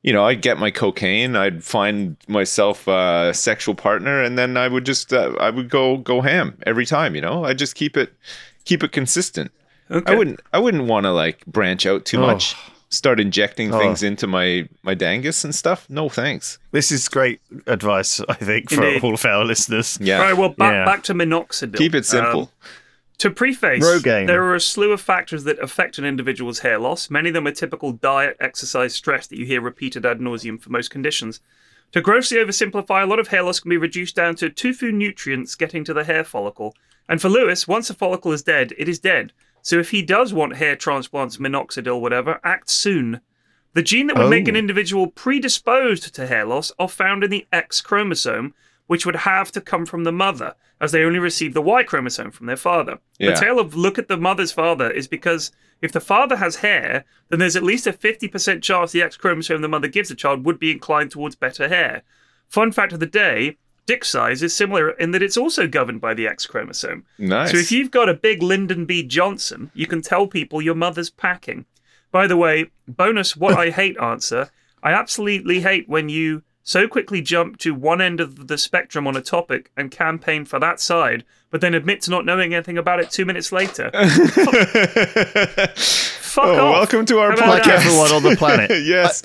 Speaker 2: You know, I'd get my cocaine, I'd find myself a sexual partner, and then I would just uh, I would go go ham every time. You know, I just keep it keep it consistent.
Speaker 3: Okay.
Speaker 2: I wouldn't I wouldn't want to like branch out too
Speaker 1: Oh.
Speaker 2: much, start injecting
Speaker 1: Oh.
Speaker 2: things into my my dangus and stuff. No thanks.
Speaker 1: this is great advice. I think for
Speaker 3: Indeed.
Speaker 1: all of our listeners.
Speaker 2: Yeah,
Speaker 3: All right. Well, back
Speaker 1: Yeah.
Speaker 3: back to minoxidil.
Speaker 2: keep
Speaker 3: Um,
Speaker 2: it simple.
Speaker 3: To preface,
Speaker 1: Rogaine.
Speaker 3: there are a slew of factors that affect an individual's hair loss. Many of them are typical diet, exercise, stress that you hear repeated ad nauseum for most conditions. To grossly oversimplify, a lot of hair loss can be reduced down to two few nutrients getting to the hair follicle. And for Lewis, once a follicle is dead, it is dead. So if he does want hair transplants, minoxidil, whatever, act soon. The gene that would make an
Speaker 1: Oh.
Speaker 3: individual predisposed to hair loss are found in the X chromosome, which would have to come from the mother, as they only receive the Y chromosome from their father.
Speaker 2: Yeah.
Speaker 3: The tale of look at the mother's father is because if the father has hair, then there's at least a 50% chance the X chromosome the mother gives the child would be inclined towards better hair. Fun fact of the day dick size is similar in that it's also governed by the X chromosome.
Speaker 2: nice. (laughs)
Speaker 3: So if you've got a big Lyndon B. Johnson, you can tell people your mother's packing. By the way, bonus what I hate answer. I absolutely hate when you so quickly jump to one end of the spectrum on a topic and campaign for that side, but then admit to not knowing anything about it two minutes
Speaker 2: (laughs)
Speaker 3: later. Fuck
Speaker 2: Oh,
Speaker 3: off.
Speaker 2: welcome to our
Speaker 3: How about
Speaker 1: Like
Speaker 3: that?
Speaker 2: podcast. (laughs)
Speaker 1: everyone on the planet.
Speaker 2: yes.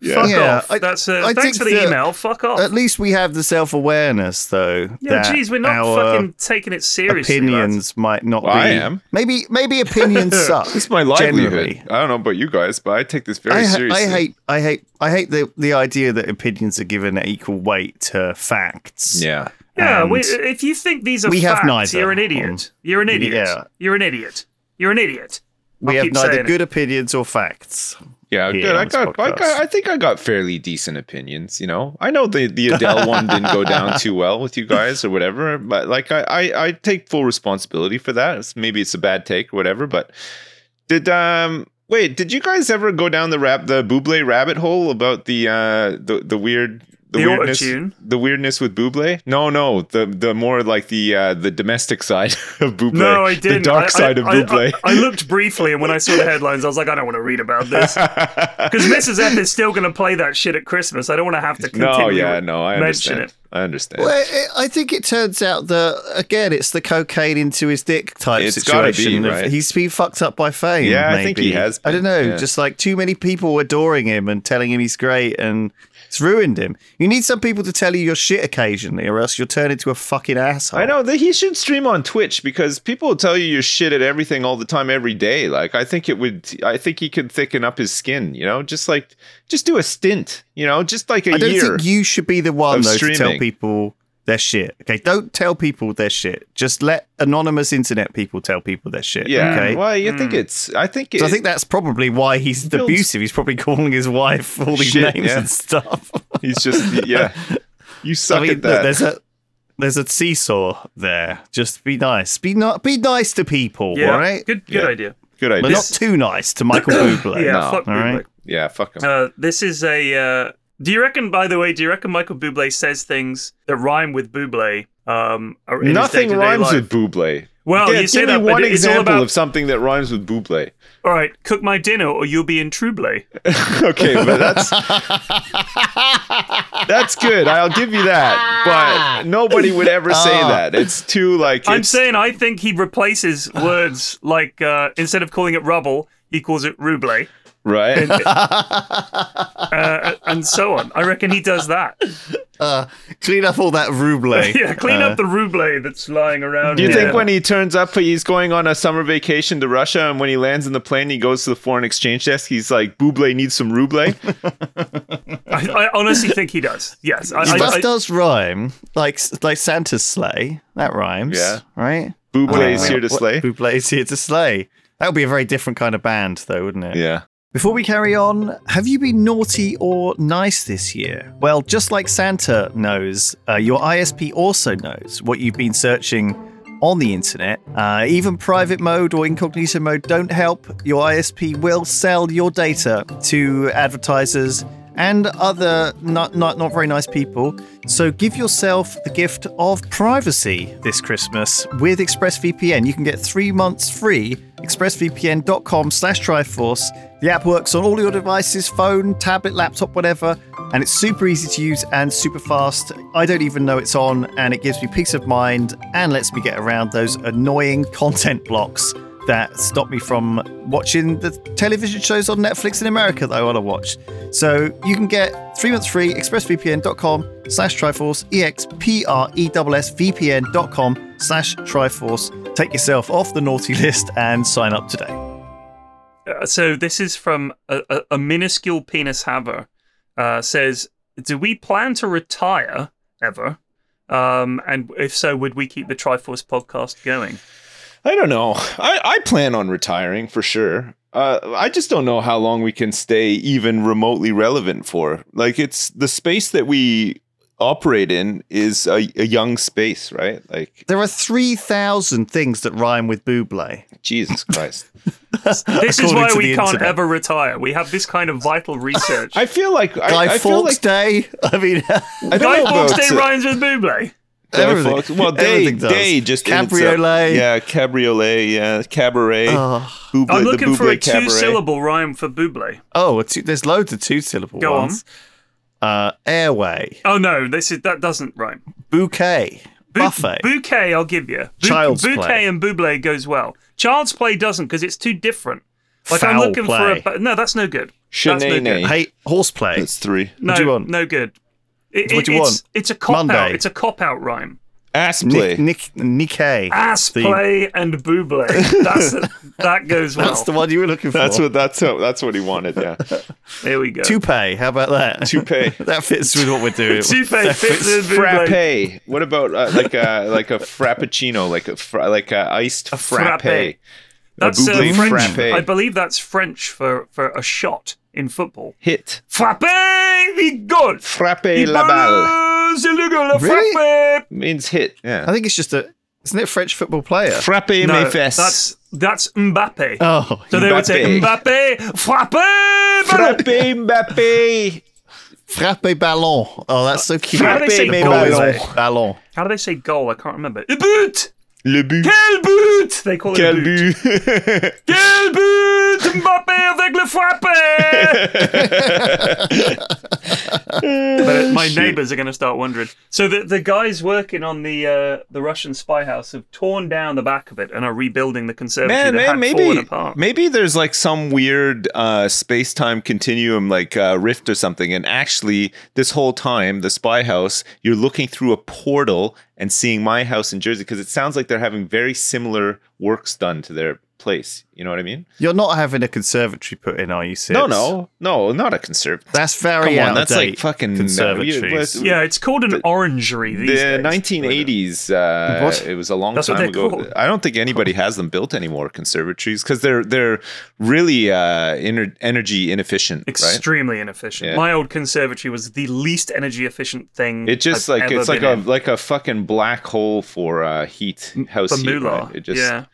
Speaker 2: yeah.
Speaker 3: Fuck
Speaker 1: Yeah,
Speaker 3: off.
Speaker 1: I-
Speaker 3: That's uh,
Speaker 1: I
Speaker 3: thanks
Speaker 1: think
Speaker 3: for the
Speaker 1: that-
Speaker 3: email. Fuck off.
Speaker 1: At least we have the self awareness, though.
Speaker 3: yeah,
Speaker 1: that
Speaker 3: geez, we're not
Speaker 1: our
Speaker 3: fucking taking it seriously. lads.
Speaker 1: Opinions might not
Speaker 2: Well,
Speaker 1: be.
Speaker 2: I am.
Speaker 1: Maybe, maybe
Speaker 2: (laughs)
Speaker 1: opinions suck.
Speaker 2: It's my livelihood.
Speaker 1: Generally.
Speaker 2: I don't know about you guys, but I take this very
Speaker 1: I, ha-
Speaker 2: seriously.
Speaker 1: I hate, I hate, I hate the the idea that opinions are given equal weight to facts.
Speaker 2: Yeah.
Speaker 3: Yeah, we,
Speaker 1: And-
Speaker 3: if you think these are
Speaker 1: We have
Speaker 3: facts,
Speaker 1: neither
Speaker 3: you're an
Speaker 1: on-
Speaker 3: idiot. You're an idiot.
Speaker 1: Yeah.
Speaker 3: You're an idiot. You're an idiot.
Speaker 1: we
Speaker 3: I'll
Speaker 1: have
Speaker 3: keep
Speaker 1: neither
Speaker 3: saying it.
Speaker 1: good opinions or facts.
Speaker 2: Yeah,
Speaker 1: Here
Speaker 2: good.
Speaker 1: on
Speaker 2: I
Speaker 1: this
Speaker 2: got, I got,
Speaker 1: podcast.
Speaker 2: I think I got fairly decent opinions. You know, I know the the Adele one didn't go down too well with you guys or whatever, but like I, I, I take full responsibility for that. It's, maybe it's a bad take or whatever, but did um wait, did you guys ever go down the rap the Buble rabbit hole about the uh the the weird the,
Speaker 3: The
Speaker 2: weirdness
Speaker 3: auto-tune?
Speaker 2: the weirdness with Buble? No, no, the the more like the uh the domestic (laughs) side of Buble.
Speaker 3: No, I didn't.
Speaker 2: The dark
Speaker 3: I- I-
Speaker 2: side of
Speaker 3: I- I-
Speaker 2: Buble.
Speaker 3: (laughs) I, looked briefly, and when I saw the headlines, I was like, I don't want to read about
Speaker 2: (laughs)
Speaker 3: this because Mrs. F is still going to play that shit at Christmas. I don't want to have to continue.
Speaker 2: (laughs) no, yeah, no, I
Speaker 3: mention
Speaker 2: understand. I understand.
Speaker 1: Well, it, I think it turns out that again, it's the cocaine into his dick type
Speaker 2: It's gotta
Speaker 1: situation.
Speaker 2: be,
Speaker 1: of-
Speaker 2: right?
Speaker 1: He's been fucked up by fame.
Speaker 2: Yeah, I
Speaker 1: maybe.
Speaker 2: think he has
Speaker 1: I don't
Speaker 2: been,
Speaker 1: know.
Speaker 2: yeah.
Speaker 1: Just like too many people adoring him and telling him he's great, and it's ruined him. You need some people to tell you your shit occasionally, or else you'll turn into a fucking asshole.
Speaker 2: I know that he should stream on Twitch because people will tell you your shit at everything all the time, every day. Like I think it would, I think he could thicken up his skin. You know, just like just do a stint. You know, just like a
Speaker 1: I don't
Speaker 2: year.
Speaker 1: think you should be the one
Speaker 2: of
Speaker 1: though to tell
Speaker 2: streaming.
Speaker 1: people their shit. Okay, don't tell people their shit. Just let anonymous internet people tell people their shit.
Speaker 2: Yeah.
Speaker 1: Okay.
Speaker 2: Well, you
Speaker 3: Hmm.
Speaker 2: think it's. I think. It,
Speaker 1: so I think that's probably why he's
Speaker 2: Builds-
Speaker 1: abusive. He's probably calling his wife all these
Speaker 2: Shit,
Speaker 1: names
Speaker 2: yeah.
Speaker 1: and stuff.
Speaker 2: he's
Speaker 1: (laughs)
Speaker 2: just. Yeah. You (laughs)
Speaker 1: I
Speaker 2: suck
Speaker 1: mean,
Speaker 2: at that.
Speaker 1: there's a there's a seesaw there. Just be nice. Be not be nice to people.
Speaker 3: Yeah,
Speaker 1: All right.
Speaker 3: good, good
Speaker 2: Yeah.
Speaker 3: idea.
Speaker 2: Good
Speaker 1: But
Speaker 2: idea.
Speaker 1: not too nice to
Speaker 2: (clears throat)
Speaker 1: Michael Bublé.
Speaker 3: Yeah,
Speaker 2: no,
Speaker 3: fuck
Speaker 1: all
Speaker 3: Bublé.
Speaker 1: right.
Speaker 2: yeah. Fuck him.
Speaker 3: Uh, this is a. Uh, do you reckon? By the way, do you reckon Michael Bublé says things that rhyme with Bublé? Um, in his
Speaker 2: Nothing
Speaker 3: day-to-day
Speaker 2: rhymes
Speaker 3: life?
Speaker 2: with Buble.
Speaker 3: Well,
Speaker 2: yeah,
Speaker 3: you
Speaker 2: give
Speaker 3: say
Speaker 2: me
Speaker 3: that, but
Speaker 2: one
Speaker 3: it's all
Speaker 2: example
Speaker 3: about-
Speaker 2: of something that rhymes with Buble.
Speaker 3: All right, cook my dinner, or you'll be in trouble.
Speaker 2: okay, but that's that's good. I'll give you that. But nobody would ever say
Speaker 1: Uh,
Speaker 2: that. It's too like
Speaker 3: I'm
Speaker 2: it's-
Speaker 3: saying I think he replaces
Speaker 2: (sighs)
Speaker 3: words like uh, instead of calling it rubble, he calls it ruble,
Speaker 2: right.
Speaker 3: uh, and so on. I reckon he does that.
Speaker 1: Clean up all that ruble.
Speaker 2: (laughs)
Speaker 3: yeah, clean up the ruble that's lying around.
Speaker 2: Uh, Do you
Speaker 3: here.
Speaker 2: think when he turns up, he's going on a summer vacation to Russia, and when he lands in the plane, he goes to the foreign exchange desk. He's like, "Buble needs some
Speaker 1: (laughs)
Speaker 2: ruble."
Speaker 3: I, I honestly think he does. Yes, I, I,
Speaker 1: Stuff
Speaker 3: I,
Speaker 1: does rhyme, like like Santa's sleigh. That rhymes.
Speaker 2: Yeah.
Speaker 1: Right.
Speaker 2: Buble is
Speaker 1: Uh,
Speaker 2: here to
Speaker 1: what-
Speaker 2: slay.
Speaker 1: Buble is here to slay. That would be a very different kind of band, though, wouldn't it?
Speaker 2: Yeah.
Speaker 1: Before we carry on, have you been naughty or nice this year? Well, just like Santa knows, uh, your ISP also knows what you've been searching on the internet. Uh, even private mode or incognito mode don't help. Your ISP will sell your data to advertisers and other not, not, not very nice people. So give yourself the gift of privacy this Christmas with ExpressVPN. You can get three months free. ExpressVPN.com slash Triforce. The app works on all your devices, phone, tablet, laptop, whatever, and it's super easy to use and super fast. I don't even know it's on, and it gives me peace of mind and lets me get around those annoying (laughs) content blocks that stop me from watching the television shows on Netflix in America that I want to watch. So you can get three months free, expressvpn.com slash Triforce, E E-X-P-R-E-S-S-V-P-N.com slash Triforce. Take yourself off the naughty (laughs) list and sign up today.
Speaker 3: Uh, so this is from a, a, a minuscule penis haver uh, says do we plan to retire ever um, and if so would we keep the triforce podcast
Speaker 2: (laughs)
Speaker 3: going
Speaker 2: I don't know. I, I plan on retiring for sure. Uh, I just don't know how long we can stay even remotely relevant for. Like, it's the space that we operate in is a, a young space, right? Like,
Speaker 1: There are 3,000 things that rhyme with Buble.
Speaker 2: Jesus Christ.
Speaker 3: this is
Speaker 1: According
Speaker 3: why
Speaker 1: to
Speaker 3: we
Speaker 1: the
Speaker 3: can't
Speaker 1: internet.
Speaker 3: ever retire we have this kind of vital research
Speaker 2: I feel like
Speaker 1: Guy
Speaker 2: I, I feel
Speaker 1: Fawkes
Speaker 2: like
Speaker 1: Day. (laughs) I mean,
Speaker 2: I don't
Speaker 3: guy
Speaker 2: know
Speaker 3: fawkes
Speaker 2: about,
Speaker 3: day
Speaker 2: uh,
Speaker 3: rhymes with buble
Speaker 2: Guy
Speaker 1: Everything.
Speaker 2: Fawkes. Well, day,
Speaker 1: Everything does.
Speaker 2: day just in itself.
Speaker 1: Cabriolet.
Speaker 2: yeah, cabriolet. Yeah, cabaret.
Speaker 1: Oh.
Speaker 2: Buble-
Speaker 3: i'm
Speaker 2: the
Speaker 3: looking for
Speaker 2: Buble
Speaker 3: a two syllable rhyme for buble
Speaker 1: oh, a two, there's loads of two syllable
Speaker 3: Go on.
Speaker 1: ones. Uh, airway,
Speaker 3: oh no this is that doesn't rhyme
Speaker 1: bouquet,
Speaker 3: Bu-
Speaker 1: buffet.
Speaker 3: bouquet i'll give you Bu-
Speaker 1: Child's
Speaker 3: bouquet
Speaker 1: play.
Speaker 3: and buble goes well child's play doesn't because it's too different like i'm
Speaker 1: Foul
Speaker 3: looking
Speaker 1: play.
Speaker 3: for a no that's no good that's no good
Speaker 2: Shenane.
Speaker 1: Hey, horseplay.
Speaker 2: That's three.
Speaker 3: No,
Speaker 1: do you want?
Speaker 3: no good. It,
Speaker 1: What do you
Speaker 3: it's,
Speaker 1: want?
Speaker 3: It's a cop out.
Speaker 1: Monday.
Speaker 3: It's a cop out rhyme.
Speaker 2: Ass play.
Speaker 1: Nick, Nick, Nikkei.
Speaker 3: Ass
Speaker 1: The-
Speaker 3: play and buble.
Speaker 1: (laughs)
Speaker 3: That's that goes well.
Speaker 1: That's the one you were looking for.
Speaker 2: that's what. That's how, That's what he wanted. Yeah.
Speaker 1: (laughs)
Speaker 3: There we go.
Speaker 1: Toupee. How about that?
Speaker 2: Toupee.
Speaker 1: (laughs) that fits with what we're doing.
Speaker 3: Toupee fits in buble.
Speaker 2: frappe. What about uh, like a like a frappuccino, like a fra- like a iced frappe?
Speaker 3: frappe.
Speaker 2: a
Speaker 3: That's uh,
Speaker 2: bubbly
Speaker 3: French.
Speaker 2: frappe.
Speaker 3: I believe that's French for for a shot in football.
Speaker 2: Hit
Speaker 3: Frappe the goal.
Speaker 2: frappe
Speaker 3: Il
Speaker 2: la balle
Speaker 3: balance, c'est le goal, la
Speaker 1: Really?
Speaker 3: frappe.
Speaker 2: means hit.
Speaker 1: I
Speaker 2: Yeah.
Speaker 1: think it's just a. Isn't it a French football player?
Speaker 2: Frappe
Speaker 3: No,
Speaker 2: mes fesses.
Speaker 3: that's that's Mbappe.
Speaker 1: oh,
Speaker 3: so they would say
Speaker 2: Mbappe.
Speaker 3: Mbappe, frappe.
Speaker 2: frappe Mbappe.
Speaker 1: frappe ballon. Oh, that's so cute.
Speaker 3: How do they say
Speaker 2: Frappe mes
Speaker 3: goal,
Speaker 1: Always
Speaker 2: ballons.
Speaker 1: a ballon.
Speaker 3: How do they say goal? I can't remember. But
Speaker 2: Le but.
Speaker 3: Quel but They call it
Speaker 2: Quel
Speaker 3: a but.
Speaker 2: (laughs) but.
Speaker 3: Quel but Mbappé avec
Speaker 2: (laughs)
Speaker 3: le frappe! but my neighbours are going to start wondering. So the, the guys working on the uh, the Russian spy house have torn down the back of it and are rebuilding the conservatory
Speaker 2: Man,
Speaker 3: that
Speaker 2: man,
Speaker 3: had fallen
Speaker 2: maybe
Speaker 3: apart.
Speaker 2: maybe there's like some weird uh, space time continuum, like uh, rift or something. And actually, this whole time, the spy house, you're looking through a portal and seeing my house in Jersey because it sounds like they're having very similar works done to their place. You know what I mean?
Speaker 1: You're not having a conservatory put in, are you? Sid?
Speaker 2: No, no, no, not a conservatory.
Speaker 1: That's very
Speaker 2: Come
Speaker 1: out
Speaker 2: on,
Speaker 1: of
Speaker 2: that's
Speaker 1: date
Speaker 2: like fucking uh,
Speaker 1: conservatories.
Speaker 2: Yeah,
Speaker 3: Yeah, it's called an orangery
Speaker 2: the
Speaker 3: these days.
Speaker 2: 1980s. Uh,
Speaker 1: What?
Speaker 2: It was a long
Speaker 3: That's what
Speaker 2: time
Speaker 3: they're
Speaker 2: ago.
Speaker 3: called.
Speaker 2: I don't think anybody has them built anymore. Conservatories because they're they're really uh, ener- energy inefficient, right?
Speaker 3: Extremely inefficient.
Speaker 2: Yeah.
Speaker 3: My old conservatory was the least energy efficient thing.
Speaker 2: It just
Speaker 3: I've
Speaker 2: like
Speaker 3: ever
Speaker 2: it's like
Speaker 3: been
Speaker 2: a
Speaker 3: in.
Speaker 2: like a fucking black hole for uh, heat house
Speaker 3: for
Speaker 2: heat.
Speaker 3: moolah.
Speaker 2: right? It just
Speaker 3: yeah.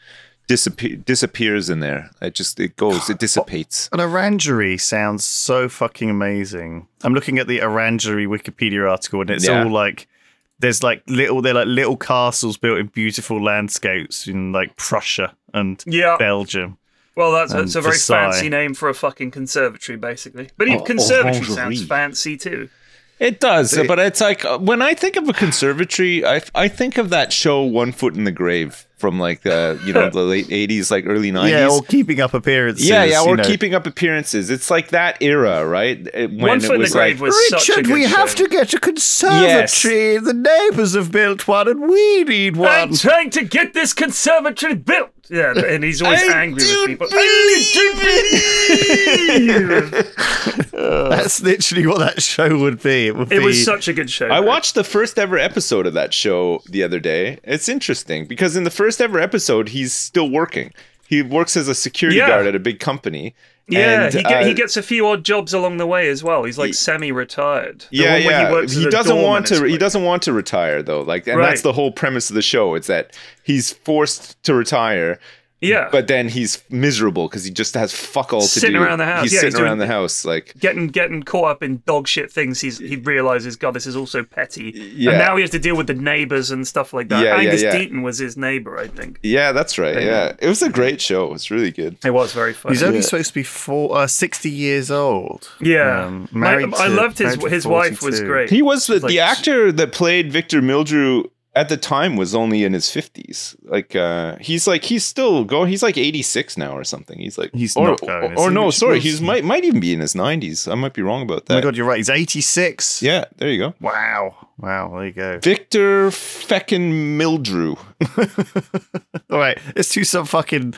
Speaker 2: disappear- disappears in there. It just it
Speaker 3: (gasps)
Speaker 2: goes. It dissipates.
Speaker 1: An orangery sounds so fucking amazing. I'm looking at the orangery Wikipedia article, and it's
Speaker 2: Yeah.
Speaker 1: all like there's like little they're like little castles built in beautiful landscapes in like Prussia and
Speaker 3: Yeah.
Speaker 1: Belgium.
Speaker 3: Well, that's
Speaker 1: and
Speaker 3: it's a very
Speaker 1: Versailles.
Speaker 3: fancy name for a fucking conservatory, basically. But even
Speaker 2: Oh,
Speaker 3: conservatory
Speaker 2: orangerie.
Speaker 3: sounds fancy too.
Speaker 2: It does, but it's like uh, when I think of a conservatory, I, f- I think of that show One Foot in the Grave from like the you
Speaker 3: (laughs)
Speaker 2: know the late eighties, like early nineties.
Speaker 1: Yeah, or keeping up appearances.
Speaker 2: yeah, yeah,
Speaker 1: you
Speaker 2: or
Speaker 1: know.
Speaker 2: keeping up appearances. It's like that era, right? It- When
Speaker 3: One Foot in the Grave was such a
Speaker 1: Richard,
Speaker 3: good
Speaker 1: we have
Speaker 3: show.
Speaker 1: to get a conservatory. The neighbours have built one, and we need one. (laughs)
Speaker 3: I'm trying to get this conservatory built. Yeah, and he's always
Speaker 2: I
Speaker 3: angry with
Speaker 2: don't
Speaker 3: people. I don't believe.
Speaker 1: That's literally what that show would be. It would
Speaker 3: it
Speaker 1: be
Speaker 3: was such a good show.
Speaker 2: I
Speaker 3: though.
Speaker 2: watched the first ever episode of that show the other day. It's interesting because in the first ever episode, he's still working. He works as a security
Speaker 3: Yeah.
Speaker 2: guard at a big company.
Speaker 3: Yeah,
Speaker 2: and,
Speaker 3: he, get, he
Speaker 2: uh,
Speaker 3: gets a few odd jobs along the way as well. He's like semi-retired. The
Speaker 2: yeah,
Speaker 3: one where
Speaker 2: yeah.
Speaker 3: He, works as a
Speaker 2: doesn't
Speaker 3: doorman
Speaker 2: want
Speaker 3: is
Speaker 2: to. He
Speaker 3: great.
Speaker 2: doesn't want to retire though. Like, and that's
Speaker 3: Right.
Speaker 2: the whole premise of the show. It's that he's forced to retire,
Speaker 3: Yeah,
Speaker 2: but then he's miserable because he just has fuck all to
Speaker 3: Sitting
Speaker 2: do.
Speaker 3: around the house.
Speaker 2: He's
Speaker 3: Yeah, he's
Speaker 2: sitting around the
Speaker 3: doing-
Speaker 2: house. Like,
Speaker 3: getting getting caught up in dog shit things. He's he realizes, God, this is all so petty.
Speaker 2: Yeah.
Speaker 3: And now he has to deal with the neighbors and stuff like that.
Speaker 2: Yeah, yeah,
Speaker 3: Angus
Speaker 2: yeah.
Speaker 3: Deaton was his neighbor, I think.
Speaker 2: yeah, that's right. Yeah, it was a great show. It's really good.
Speaker 3: It was very funny.
Speaker 1: He's only supposed to be four, uh, 60 years old.
Speaker 3: yeah,
Speaker 1: Um,
Speaker 3: My-
Speaker 1: married
Speaker 3: I
Speaker 1: to-
Speaker 3: loved his
Speaker 1: married to
Speaker 3: his wife was
Speaker 1: 42.
Speaker 3: great.
Speaker 2: He was the, the
Speaker 3: like-
Speaker 2: actor that played Victor Mildrew at the time was only in his fifties. Like uh, he's like he's still going. He's like eighty six now or something. He's like
Speaker 1: He's
Speaker 2: or,
Speaker 1: not going, is
Speaker 2: or, or
Speaker 1: he,
Speaker 2: no,
Speaker 1: Richard
Speaker 2: sorry,
Speaker 1: Wilson?
Speaker 2: he's might might even be in his nineties. I might be wrong about
Speaker 1: Oh my
Speaker 2: that.
Speaker 1: God, you're right. He's 86.
Speaker 2: yeah, there you go.
Speaker 1: Wow. Wow. There you go. (laughs)
Speaker 2: Victor feckin' Mildrew.
Speaker 1: All right. Let's do some fucking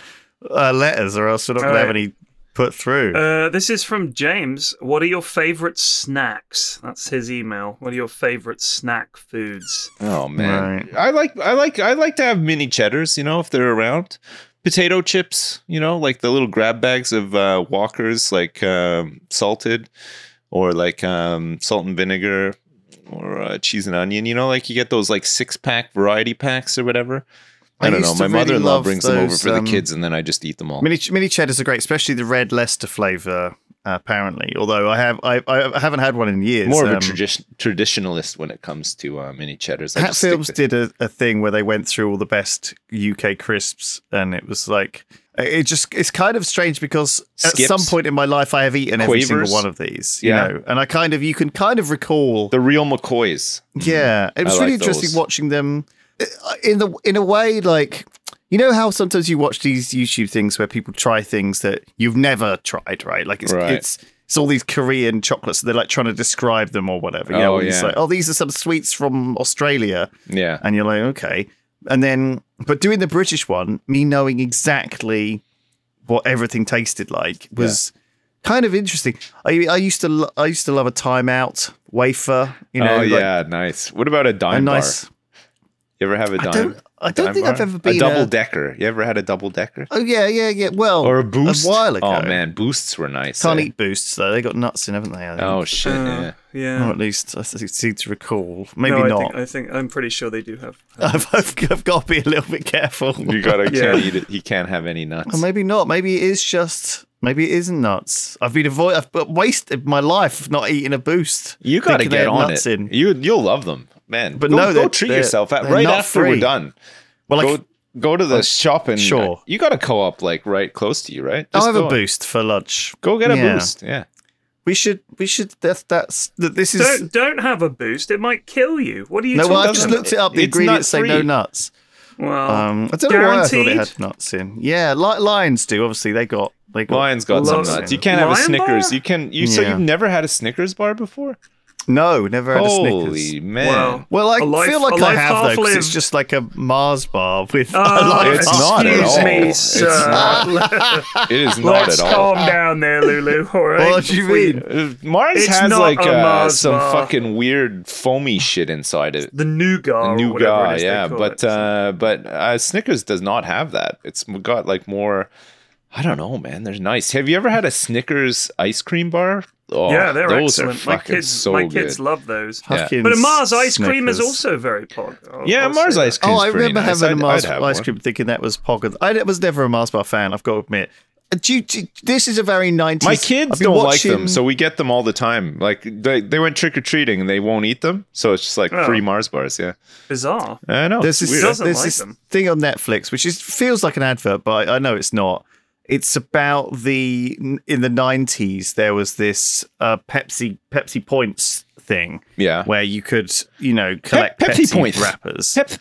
Speaker 1: uh, letters or else we're not going
Speaker 3: All
Speaker 1: to have
Speaker 3: right.
Speaker 1: any put through.
Speaker 3: Uh, this is from James. What are your favorite snacks? That's his email. What are your favorite snack foods?
Speaker 2: Oh man,
Speaker 1: Right.
Speaker 2: I like I like I like to have mini cheddars. You know, if they're around, potato chips. You know, like the little grab bags of uh, Walkers, like um, salted or like um, salt and vinegar or uh, cheese and onion. You know, like you get those like six pack variety packs or whatever. I,
Speaker 1: I
Speaker 2: don't
Speaker 1: used
Speaker 2: know.
Speaker 1: to
Speaker 2: My
Speaker 1: really
Speaker 2: mother in law
Speaker 1: love
Speaker 2: brings them over
Speaker 1: those,
Speaker 2: for
Speaker 1: um,
Speaker 2: the kids, and then I just eat them all.
Speaker 1: Mini, mini cheddars are great, especially the red Leicester flavour, uh, apparently. Although I have I, I haven't had one in years.
Speaker 2: More of a
Speaker 1: Um,
Speaker 2: tradi- traditionalist when it comes to uh, mini cheddars. I just stick
Speaker 1: Hatfields
Speaker 2: to-
Speaker 1: did a, a thing where they went through all the best UK crisps, and it was like it just it's kind of strange because at
Speaker 2: Skips?
Speaker 1: some point in my life I have eaten every
Speaker 2: Quavers?
Speaker 1: single one of these, you
Speaker 2: Yeah.
Speaker 1: know, and I kind of you can kind of recall,
Speaker 2: the real McCoys.
Speaker 1: (clears throat) yeah, it was
Speaker 2: I
Speaker 1: really
Speaker 2: like
Speaker 1: interesting
Speaker 2: those.
Speaker 1: watching them uh, in the in a way like. You know how sometimes you watch these YouTube things where people try things that you've never tried, right? Like it's
Speaker 2: Right.
Speaker 1: it's it's all these Korean chocolates. They're like trying to describe them or whatever. You know,
Speaker 2: Oh,
Speaker 1: and it's
Speaker 2: yeah.
Speaker 1: like, oh, these are some sweets from Australia
Speaker 2: Yeah.
Speaker 1: and you're like, okay. And then, but doing the British one, me knowing exactly what everything tasted like was kind of interesting. I, I used to, lo- I used to love a timeout wafer, you know,
Speaker 2: oh
Speaker 1: like
Speaker 2: yeah, nice. What about a dime
Speaker 1: a
Speaker 2: bar?
Speaker 1: nice.
Speaker 2: You ever have a dime?
Speaker 1: I don't, I don't
Speaker 2: dime
Speaker 1: think I've
Speaker 2: bar?
Speaker 1: ever been
Speaker 2: a double
Speaker 1: a-
Speaker 2: decker. You ever had a double decker
Speaker 1: Oh yeah, yeah, yeah. Well,
Speaker 2: or a boost?
Speaker 1: a while ago.
Speaker 2: Oh man, boosts were nice.
Speaker 1: can't
Speaker 2: eh?
Speaker 1: eat boosts though. They got nuts Uh, in, haven't they? I think.
Speaker 2: Oh shit. yeah.
Speaker 3: Uh, yeah.
Speaker 1: Or at least I seem to recall. Maybe
Speaker 3: no, I
Speaker 1: not.
Speaker 3: Think, I think I'm pretty sure they do have.
Speaker 1: (laughs) I've, I've, I've got to be a little bit careful. (laughs)
Speaker 2: You gotta
Speaker 3: Yeah.
Speaker 2: can't eat it. He can't have any nuts.
Speaker 1: Or maybe not. Maybe it is just. Maybe it isn't nuts. I've been avoid. I've but wasted my life of not eating a boost.
Speaker 2: you gotta
Speaker 1: thinking they
Speaker 2: get
Speaker 1: had
Speaker 2: on it.
Speaker 1: nuts in.
Speaker 2: You you'll love them, man.
Speaker 1: But
Speaker 2: go,
Speaker 1: no,
Speaker 2: go
Speaker 1: they're-
Speaker 2: treat
Speaker 1: they're-
Speaker 2: yourself at,
Speaker 1: they're
Speaker 2: right
Speaker 1: not
Speaker 2: after we're
Speaker 1: free.
Speaker 2: done.
Speaker 1: Well, like,
Speaker 2: go go to the shop and
Speaker 1: sure.
Speaker 2: You got a co-op like right close to you, right?
Speaker 1: I'll
Speaker 2: Just
Speaker 1: have
Speaker 2: go-
Speaker 1: a boost for lunch.
Speaker 2: Go get a
Speaker 1: Yeah.
Speaker 2: boost. Yeah.
Speaker 1: We should. We should. That's that's. that This is.
Speaker 3: Don't don't have a boost. It might kill you. What are you
Speaker 1: no,
Speaker 3: talking
Speaker 1: well, I
Speaker 3: about?
Speaker 1: just looked it up. The
Speaker 2: It's
Speaker 1: ingredients say no
Speaker 2: nut-free.
Speaker 1: nuts.
Speaker 3: Well,
Speaker 1: Um, I don't know why I thought it
Speaker 3: guaranteed?
Speaker 1: had nuts in. Yeah, li- lions do. Obviously, they got. They got
Speaker 2: Lions got some
Speaker 3: Lion-
Speaker 2: nuts. You can't have a
Speaker 3: Lion
Speaker 2: Snickers.
Speaker 3: bar?
Speaker 2: You can. You so
Speaker 1: Yeah.
Speaker 2: you've never had a Snickers bar before?
Speaker 1: No, never had a Snickers.
Speaker 2: Holy man.
Speaker 3: Wow.
Speaker 1: Well, I
Speaker 3: A life-
Speaker 1: feel
Speaker 3: a
Speaker 1: like I
Speaker 3: life
Speaker 1: have though, 'cause
Speaker 3: half-lived.
Speaker 1: it's just like a Mars bar with (laughs) a
Speaker 3: Uh,
Speaker 1: life
Speaker 2: It's
Speaker 1: half-
Speaker 2: not at
Speaker 3: excuse
Speaker 2: all.
Speaker 3: me,
Speaker 2: It's
Speaker 3: sir.
Speaker 2: not. (laughs) It is not
Speaker 3: Let's
Speaker 2: at all.
Speaker 3: calm down
Speaker 1: (laughs)
Speaker 3: there, Lulu. All right.
Speaker 1: What do you mean?
Speaker 2: Uh, Mars
Speaker 3: It's
Speaker 2: has
Speaker 3: not
Speaker 2: like
Speaker 3: a
Speaker 2: uh,
Speaker 3: Mars
Speaker 2: some
Speaker 3: bar.
Speaker 2: fucking weird foamy shit inside it.
Speaker 3: The nougat. or
Speaker 2: New
Speaker 3: whatever it
Speaker 2: guy,
Speaker 3: is they
Speaker 2: yeah,
Speaker 3: call
Speaker 2: but
Speaker 3: it.
Speaker 2: uh, but uh, Snickers does not have that. It's got like more. I don't know, man. They're nice. Have you ever had a Snickers ice cream bar? Oh,
Speaker 3: yeah, they're
Speaker 2: those
Speaker 3: excellent.
Speaker 2: Are
Speaker 3: my
Speaker 2: fucking
Speaker 3: kids,
Speaker 2: so
Speaker 3: my
Speaker 2: good.
Speaker 3: kids love those.
Speaker 1: Fucking
Speaker 3: But a Mars ice cream is
Speaker 1: Snickers.
Speaker 3: also very pog. I'll-
Speaker 2: yeah,
Speaker 3: I'll
Speaker 2: Mars
Speaker 3: say
Speaker 2: ice
Speaker 3: that.
Speaker 2: cream.
Speaker 1: Oh, I remember
Speaker 2: nice.
Speaker 1: having
Speaker 2: I'd-
Speaker 1: a
Speaker 2: I'd
Speaker 1: Mars
Speaker 2: have
Speaker 1: ice
Speaker 2: one.
Speaker 1: cream, thinking that was pocket. I was never a Mars bar fan. I've got to admit. Uh, Do you, do, this is a very nineties.
Speaker 2: My kids don't like them, so we get them all the time. Like they, they went trick or treating and they won't eat them, so it's just like
Speaker 3: Oh.
Speaker 2: free Mars bars. Yeah,
Speaker 3: Bizarre.
Speaker 2: I know.
Speaker 1: There's this, uh,
Speaker 3: weird. Oh, Doesn't
Speaker 1: there's
Speaker 3: like
Speaker 1: this
Speaker 3: them.
Speaker 1: thing on Netflix, which is feels like an advert, but I know it's not. It's about the in the nineties there was this uh, Pepsi Pepsi points thing
Speaker 2: yeah,
Speaker 1: where you could you know collect
Speaker 2: Pepsi
Speaker 1: Pepsi,
Speaker 2: points.
Speaker 1: wrappers
Speaker 2: Pep-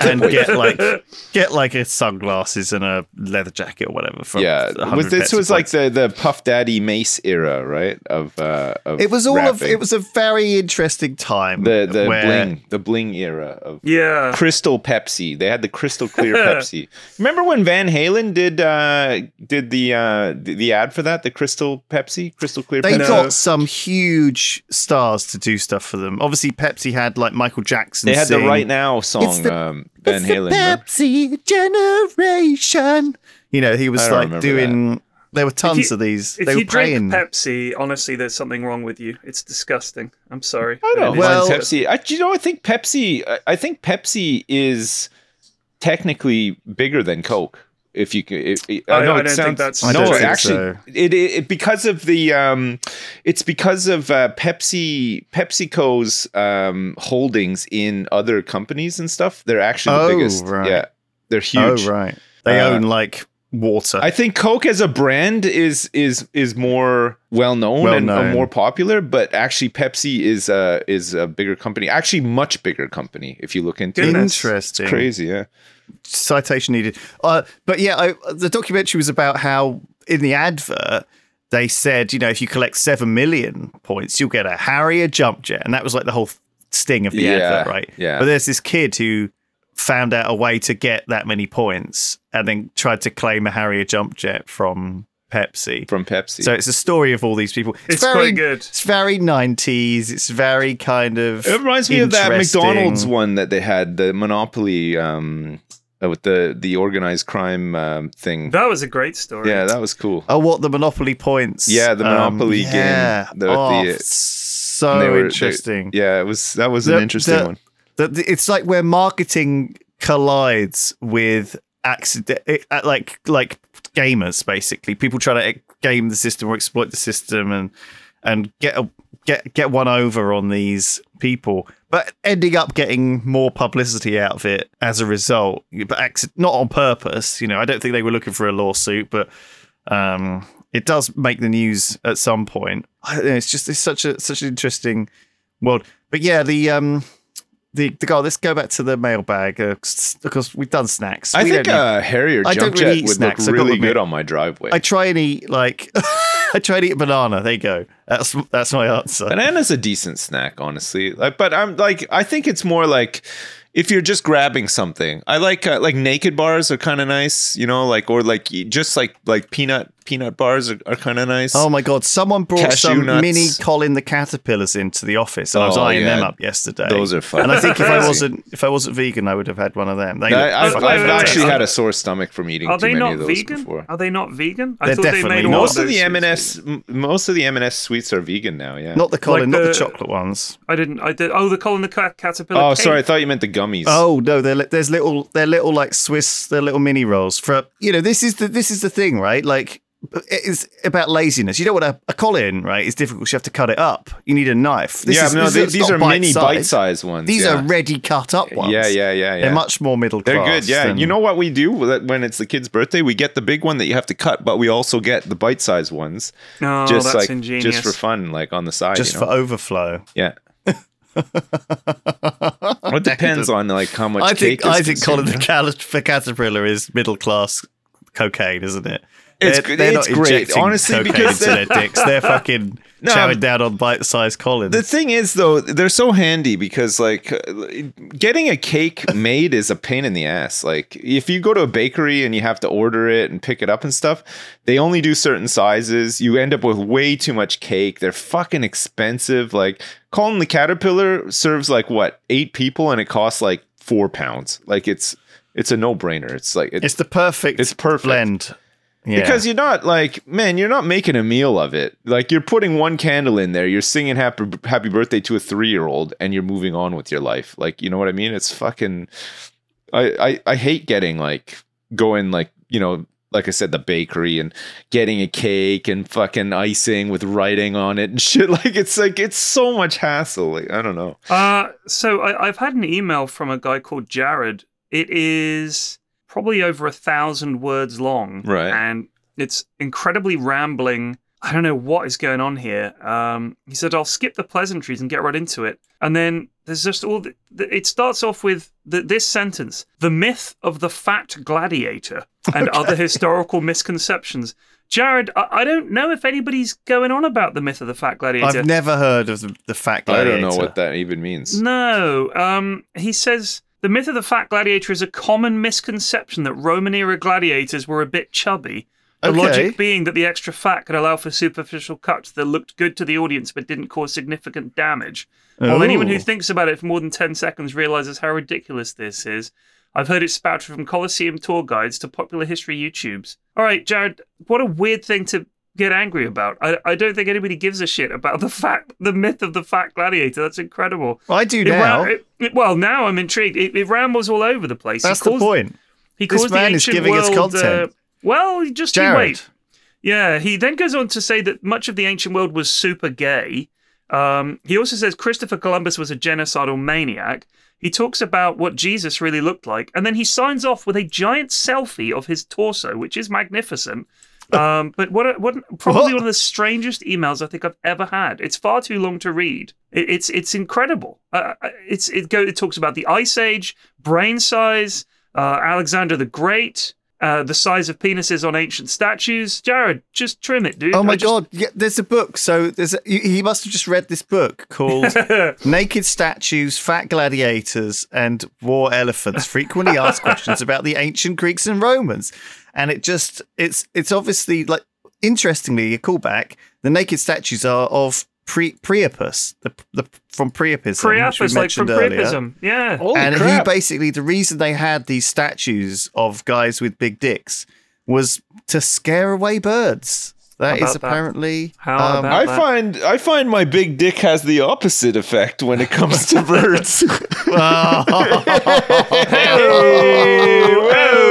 Speaker 1: and get like
Speaker 2: (laughs)
Speaker 1: get like a sunglasses and a leather jacket or whatever. From
Speaker 2: yeah.
Speaker 1: 100
Speaker 2: Was this
Speaker 1: Pepsi
Speaker 2: was like
Speaker 1: points.
Speaker 2: the the Puff Daddy Mace era, right? Of uh, of
Speaker 1: It was all of.
Speaker 2: rapping.
Speaker 1: It was a very interesting time.
Speaker 2: the the
Speaker 1: where-
Speaker 2: bling the bling era of
Speaker 3: Yeah.
Speaker 2: crystal Pepsi. They had the crystal clear Pepsi. Remember when Van Halen did uh did the uh the, the ad for that the crystal Pepsi crystal clear
Speaker 1: They
Speaker 2: Pepsi.
Speaker 1: got some huge stars to do stuff for them. Obviously, Pepsi had like Michael Jackson.
Speaker 2: They had the
Speaker 1: sing,
Speaker 2: right now
Speaker 1: It's
Speaker 2: song
Speaker 1: the-
Speaker 2: um, Van
Speaker 1: "It's the
Speaker 2: Halen. remember?
Speaker 1: Pepsi generation. You know, he
Speaker 2: I
Speaker 1: was
Speaker 2: don't
Speaker 1: like
Speaker 2: remember that.
Speaker 1: doing. There were tons of these.
Speaker 3: If
Speaker 1: they
Speaker 3: you
Speaker 1: were paying.
Speaker 3: drink Pepsi, honestly, there's something wrong with you. It's disgusting. I'm sorry.
Speaker 2: I
Speaker 3: But it
Speaker 2: don't
Speaker 3: is-
Speaker 1: Well-
Speaker 2: mind Pepsi. I, you know, I think Pepsi. I, I think Pepsi is technically bigger than Coke. If you, c- it, it, I,
Speaker 3: I-
Speaker 2: know
Speaker 3: I
Speaker 2: it
Speaker 3: don't think
Speaker 2: sounds.
Speaker 3: that's-
Speaker 1: I
Speaker 2: no,
Speaker 1: don't think
Speaker 2: actually,
Speaker 1: so.
Speaker 2: it, it, it- because of the um, it's because of uh, Pepsi PepsiCo's um holdings in other companies and stuff. They're actually the
Speaker 1: Oh,
Speaker 2: biggest.
Speaker 1: right.
Speaker 2: Yeah, they're huge.
Speaker 1: Oh right, they
Speaker 2: Uh,
Speaker 1: own like water.
Speaker 2: I think Coke as a brand is is is more well known
Speaker 1: Well
Speaker 2: and uh,
Speaker 1: known.
Speaker 2: more popular, but actually Pepsi is a is a bigger company, actually much bigger company if you look into it.
Speaker 3: Goodness.
Speaker 1: Interesting.
Speaker 2: It's crazy, yeah.
Speaker 1: citation needed. Uh, but yeah, I, the documentary was about how in the advert they said, you know, if you collect seven million points, you'll get a Harrier jump jet, and that was like the whole sting of the
Speaker 2: Yeah,
Speaker 1: advert, right?
Speaker 2: yeah.
Speaker 1: But there's this kid who found out a way to get that many points, and then tried to claim a Harrier jump jet from Pepsi.
Speaker 2: From Pepsi.
Speaker 1: so it's a story of all these people.
Speaker 3: It's quite good.
Speaker 1: It's very nineties. It's very kind of.
Speaker 2: it reminds me of that
Speaker 1: interesting.
Speaker 2: McDonald's one that they had, the Monopoly um uh, with the the organized crime um, thing.
Speaker 3: That was a great story.
Speaker 2: yeah, that was cool.
Speaker 1: Oh, what the Monopoly points?
Speaker 2: Yeah, the
Speaker 1: Um,
Speaker 2: Monopoly game.
Speaker 1: Yeah.
Speaker 2: The-
Speaker 1: oh,
Speaker 2: the-
Speaker 1: f-
Speaker 2: And
Speaker 1: so
Speaker 2: they were- they-
Speaker 1: Oh, interesting.
Speaker 2: yeah, it was that was an
Speaker 1: The-
Speaker 2: interesting
Speaker 1: the-
Speaker 2: one.
Speaker 1: The- the- it's like where marketing collides with accident, it- uh, like like gamers basically. People try to e- game the system or exploit the system and and get a, get get one over on these people, but ending up getting more publicity out of it as a result. But acc- not on purpose. You know, I don't think they were looking for a lawsuit, but um, it does make the news at some point. I don't know, it's just it's such a such an interesting world. But yeah, the um the the guy. Let's go back to the mailbag uh, s- because we've done snacks.
Speaker 2: I
Speaker 1: We
Speaker 2: think uh,
Speaker 1: don't need-
Speaker 2: a Harrier
Speaker 1: I
Speaker 2: jump
Speaker 1: don't really
Speaker 2: jet
Speaker 1: eat
Speaker 2: would
Speaker 1: snacks, I
Speaker 2: look
Speaker 1: gotta
Speaker 2: really
Speaker 1: admit.
Speaker 2: good on my driveway.
Speaker 1: I try and eat like (laughs) I try and eat a banana. There you go. That's that's my answer.
Speaker 2: Banana's a decent snack, honestly. Like, but I'm like, I think it's more like if you're just grabbing something. I like uh, like naked bars are kind of nice, you know, like or like y- just like like peanut peanut bars are, are kind of nice.
Speaker 1: Oh my god! Someone brought
Speaker 2: Cashew
Speaker 1: some
Speaker 2: nuts.
Speaker 1: mini Colin the caterpillars into the office, and I was
Speaker 2: Oh,
Speaker 1: eyeing
Speaker 2: yeah.
Speaker 1: them up yesterday.
Speaker 2: Those are fun.
Speaker 1: And I think if I
Speaker 2: Crazy.
Speaker 1: wasn't if I wasn't vegan, I would have had one of them. They
Speaker 2: I,
Speaker 1: look
Speaker 2: have
Speaker 1: fucking
Speaker 3: wait, wait, wait.
Speaker 2: actually
Speaker 1: fantastic.
Speaker 2: had a sore stomach from eating
Speaker 3: Are
Speaker 2: too
Speaker 3: they
Speaker 2: many
Speaker 3: not
Speaker 2: of those
Speaker 3: vegan?
Speaker 2: before.
Speaker 3: Are they not vegan? I
Speaker 1: They're
Speaker 3: thought
Speaker 1: definitely
Speaker 3: they made
Speaker 1: not.
Speaker 3: all
Speaker 2: Most of
Speaker 3: those
Speaker 2: the
Speaker 3: things
Speaker 2: M&S, m- most of the M&S sweets are vegan now. Yeah.
Speaker 1: Not the Colin,
Speaker 3: Like
Speaker 1: not the
Speaker 3: the-
Speaker 1: chocolate ones.
Speaker 3: I didn't. I did. Oh, the Colin the Cat- Caterpillar.
Speaker 2: oh,
Speaker 3: cake.
Speaker 2: sorry, I thought you meant the gummies.
Speaker 1: Oh no, they're li- there's little they're little like Swiss they're little mini rolls for you know this is the this is the thing right like it's about laziness. You don't want a, a Colin right? It's difficult. You have to cut it up. You need a knife. This
Speaker 2: yeah,
Speaker 1: is-
Speaker 2: no,
Speaker 1: this-
Speaker 2: they,
Speaker 1: it's
Speaker 2: these
Speaker 1: not
Speaker 2: are mini
Speaker 1: bite-sized.
Speaker 2: bite-sized ones.
Speaker 1: These
Speaker 2: yeah.
Speaker 1: are ready cut up ones.
Speaker 2: Yeah, yeah, yeah, yeah.
Speaker 1: They're much more middle class.
Speaker 2: They're good, yeah.
Speaker 1: than-
Speaker 2: You know what we do that when it's the kid's birthday? We get the big one that you have to cut, but we also get the bite-sized ones,
Speaker 3: Oh,
Speaker 2: just
Speaker 3: that's
Speaker 2: like
Speaker 3: ingenious.
Speaker 2: just for fun, like on the side.
Speaker 1: just
Speaker 2: you
Speaker 1: for
Speaker 2: know?
Speaker 1: overflow. (laughs)
Speaker 2: yeah. Well, it depends on like how much.
Speaker 1: I
Speaker 2: cake
Speaker 1: think
Speaker 2: is
Speaker 1: I think
Speaker 2: consumed,
Speaker 1: Colin (laughs) the
Speaker 2: huh?
Speaker 1: Cat- the Caterpillar is middle class cocaine, isn't it?
Speaker 2: It's
Speaker 1: they're,
Speaker 2: good-
Speaker 1: they're
Speaker 2: it's
Speaker 1: not
Speaker 2: great,
Speaker 1: injecting
Speaker 2: honestly,
Speaker 1: cocaine
Speaker 2: because
Speaker 1: into
Speaker 2: they-
Speaker 1: their dicks.
Speaker 2: (laughs)
Speaker 1: They're fucking
Speaker 2: No,
Speaker 1: chowing
Speaker 2: I'm-
Speaker 1: down on bite-sized Collins.
Speaker 2: The thing is, though, they're so handy because, like, uh, getting a cake made is a pain in the ass. Like, if you go to a bakery and you have to order it and pick it up and stuff, they only do certain sizes. You end up with way too much cake. They're fucking expensive. Like, Colin the Caterpillar serves like what eight people, and it costs like four pounds. Like, it's it's a no brainer. It's like
Speaker 1: it's the perfect.
Speaker 2: It's perfect.
Speaker 1: blend. Yeah.
Speaker 2: because you're not like, man, you're not making a meal of it. Like you're putting one candle in there, you're singing happy happy birthday to a three year old, and you're moving on with your life. Like you know what I mean? It's fucking. I I, I hate getting like going like you know like I said the bakery and getting a cake and fucking icing with writing on it and (laughs) shit. Like it's like it's so much hassle. Like I don't know.
Speaker 3: Uh, so I, I've had an email from a guy called Jared. It is probably over a thousand words long,
Speaker 2: Right.
Speaker 3: And it's incredibly rambling. I don't know what is going on here. Um, he said, "I'll skip the pleasantries and get right into it." And then there's just all. The, the, it starts off with the, this sentence: "The myth of the fat gladiator and other historical misconceptions." Jared, I, I don't know if anybody's going on about the myth of the fat gladiator.
Speaker 1: I've never heard of the, the fact.
Speaker 2: I don't know what that even means.
Speaker 3: No. Um, he says the myth of the fat gladiator is a common misconception that Roman era gladiators were a bit chubby. The
Speaker 1: Okay.
Speaker 3: logic being that the extra fat could allow for superficial cuts that looked good to the audience but didn't cause significant damage. While anyone
Speaker 1: Ooh.
Speaker 3: who thinks about it for more than 10 seconds realizes how ridiculous this is. I've heard it spouted from Colosseum tour guides to popular history YouTubes. All right, Jared, what a weird thing to get angry about. I, I don't think anybody gives a shit about the (laughs) fact, the myth of the fat gladiator. That's incredible.
Speaker 1: Well, I do
Speaker 3: It ra-
Speaker 1: now.
Speaker 3: it- it- well, now I'm intrigued. It, it rambles all over the place.
Speaker 1: That's
Speaker 3: he calls,
Speaker 1: the point.
Speaker 3: He
Speaker 1: This
Speaker 3: calls the
Speaker 1: man is
Speaker 3: ancient
Speaker 1: giving us
Speaker 3: world,
Speaker 1: content.
Speaker 3: uh, well, just you
Speaker 1: Jared.
Speaker 3: wait. Yeah, he then goes on to say that much of the ancient world was super gay. Um, he also says Christopher Columbus was a genocidal maniac. He talks about what Jesus really looked like, and then he signs off with a giant selfie of his torso, which is magnificent. Um, but what, a- what probably
Speaker 1: What?
Speaker 3: one of the strangest emails I think I've ever had. It's far too long to read. It, it's it's incredible. Uh, uh, it's it go it talks about the Ice Age, brain size, uh, Alexander the Great, uh, the size of penises on ancient statues. Jared, just trim it, dude.
Speaker 1: Oh my
Speaker 3: I just-
Speaker 1: god! Yeah, there's a book. So there's a, he he must have just read this book
Speaker 3: (laughs)
Speaker 1: called "Naked Statues, Fat Gladiators, and War Elephants: Frequently Asked Questions About the Ancient Greeks and Romans." And it just it's it's obviously like interestingly a callback. The naked statues are of Pre- Priapus, the, the from Priapism, which we
Speaker 3: Priapus, like from
Speaker 1: mentioned earlier.
Speaker 3: Priapism. Yeah.
Speaker 2: Holy
Speaker 1: and
Speaker 2: crap.
Speaker 1: he basically the reason they had these statues of guys with big dicks was to scare away birds. That
Speaker 3: How
Speaker 1: is
Speaker 3: about that?
Speaker 1: apparently um,
Speaker 3: How
Speaker 1: (laughs)
Speaker 3: about
Speaker 2: I
Speaker 3: that.
Speaker 2: find I find my big dick has the opposite effect when it
Speaker 1: (laughs)
Speaker 2: comes to birds.
Speaker 3: (laughs)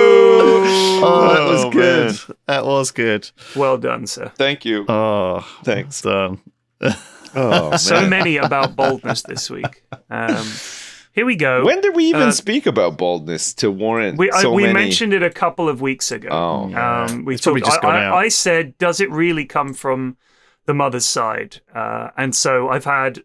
Speaker 1: Oh, that
Speaker 2: Oh,
Speaker 1: was good.
Speaker 2: man.
Speaker 1: That was good.
Speaker 3: Well done, sir.
Speaker 2: Thank you.
Speaker 1: Oh,
Speaker 2: Thanks.
Speaker 1: so
Speaker 2: Oh,
Speaker 3: (laughs) So
Speaker 2: (laughs)
Speaker 3: many about boldness this week. Um, here we go.
Speaker 2: When did we even
Speaker 3: Uh,
Speaker 2: speak about baldness to warrant
Speaker 3: we I,
Speaker 2: so
Speaker 3: we
Speaker 2: many?
Speaker 3: mentioned it a couple of weeks ago.
Speaker 2: Oh.
Speaker 3: um, we
Speaker 1: It's probably
Speaker 3: talked,
Speaker 1: just
Speaker 3: I,
Speaker 1: gone
Speaker 3: I-
Speaker 1: out.
Speaker 3: I said, does it really come from the mother's side? Uh, and so I've had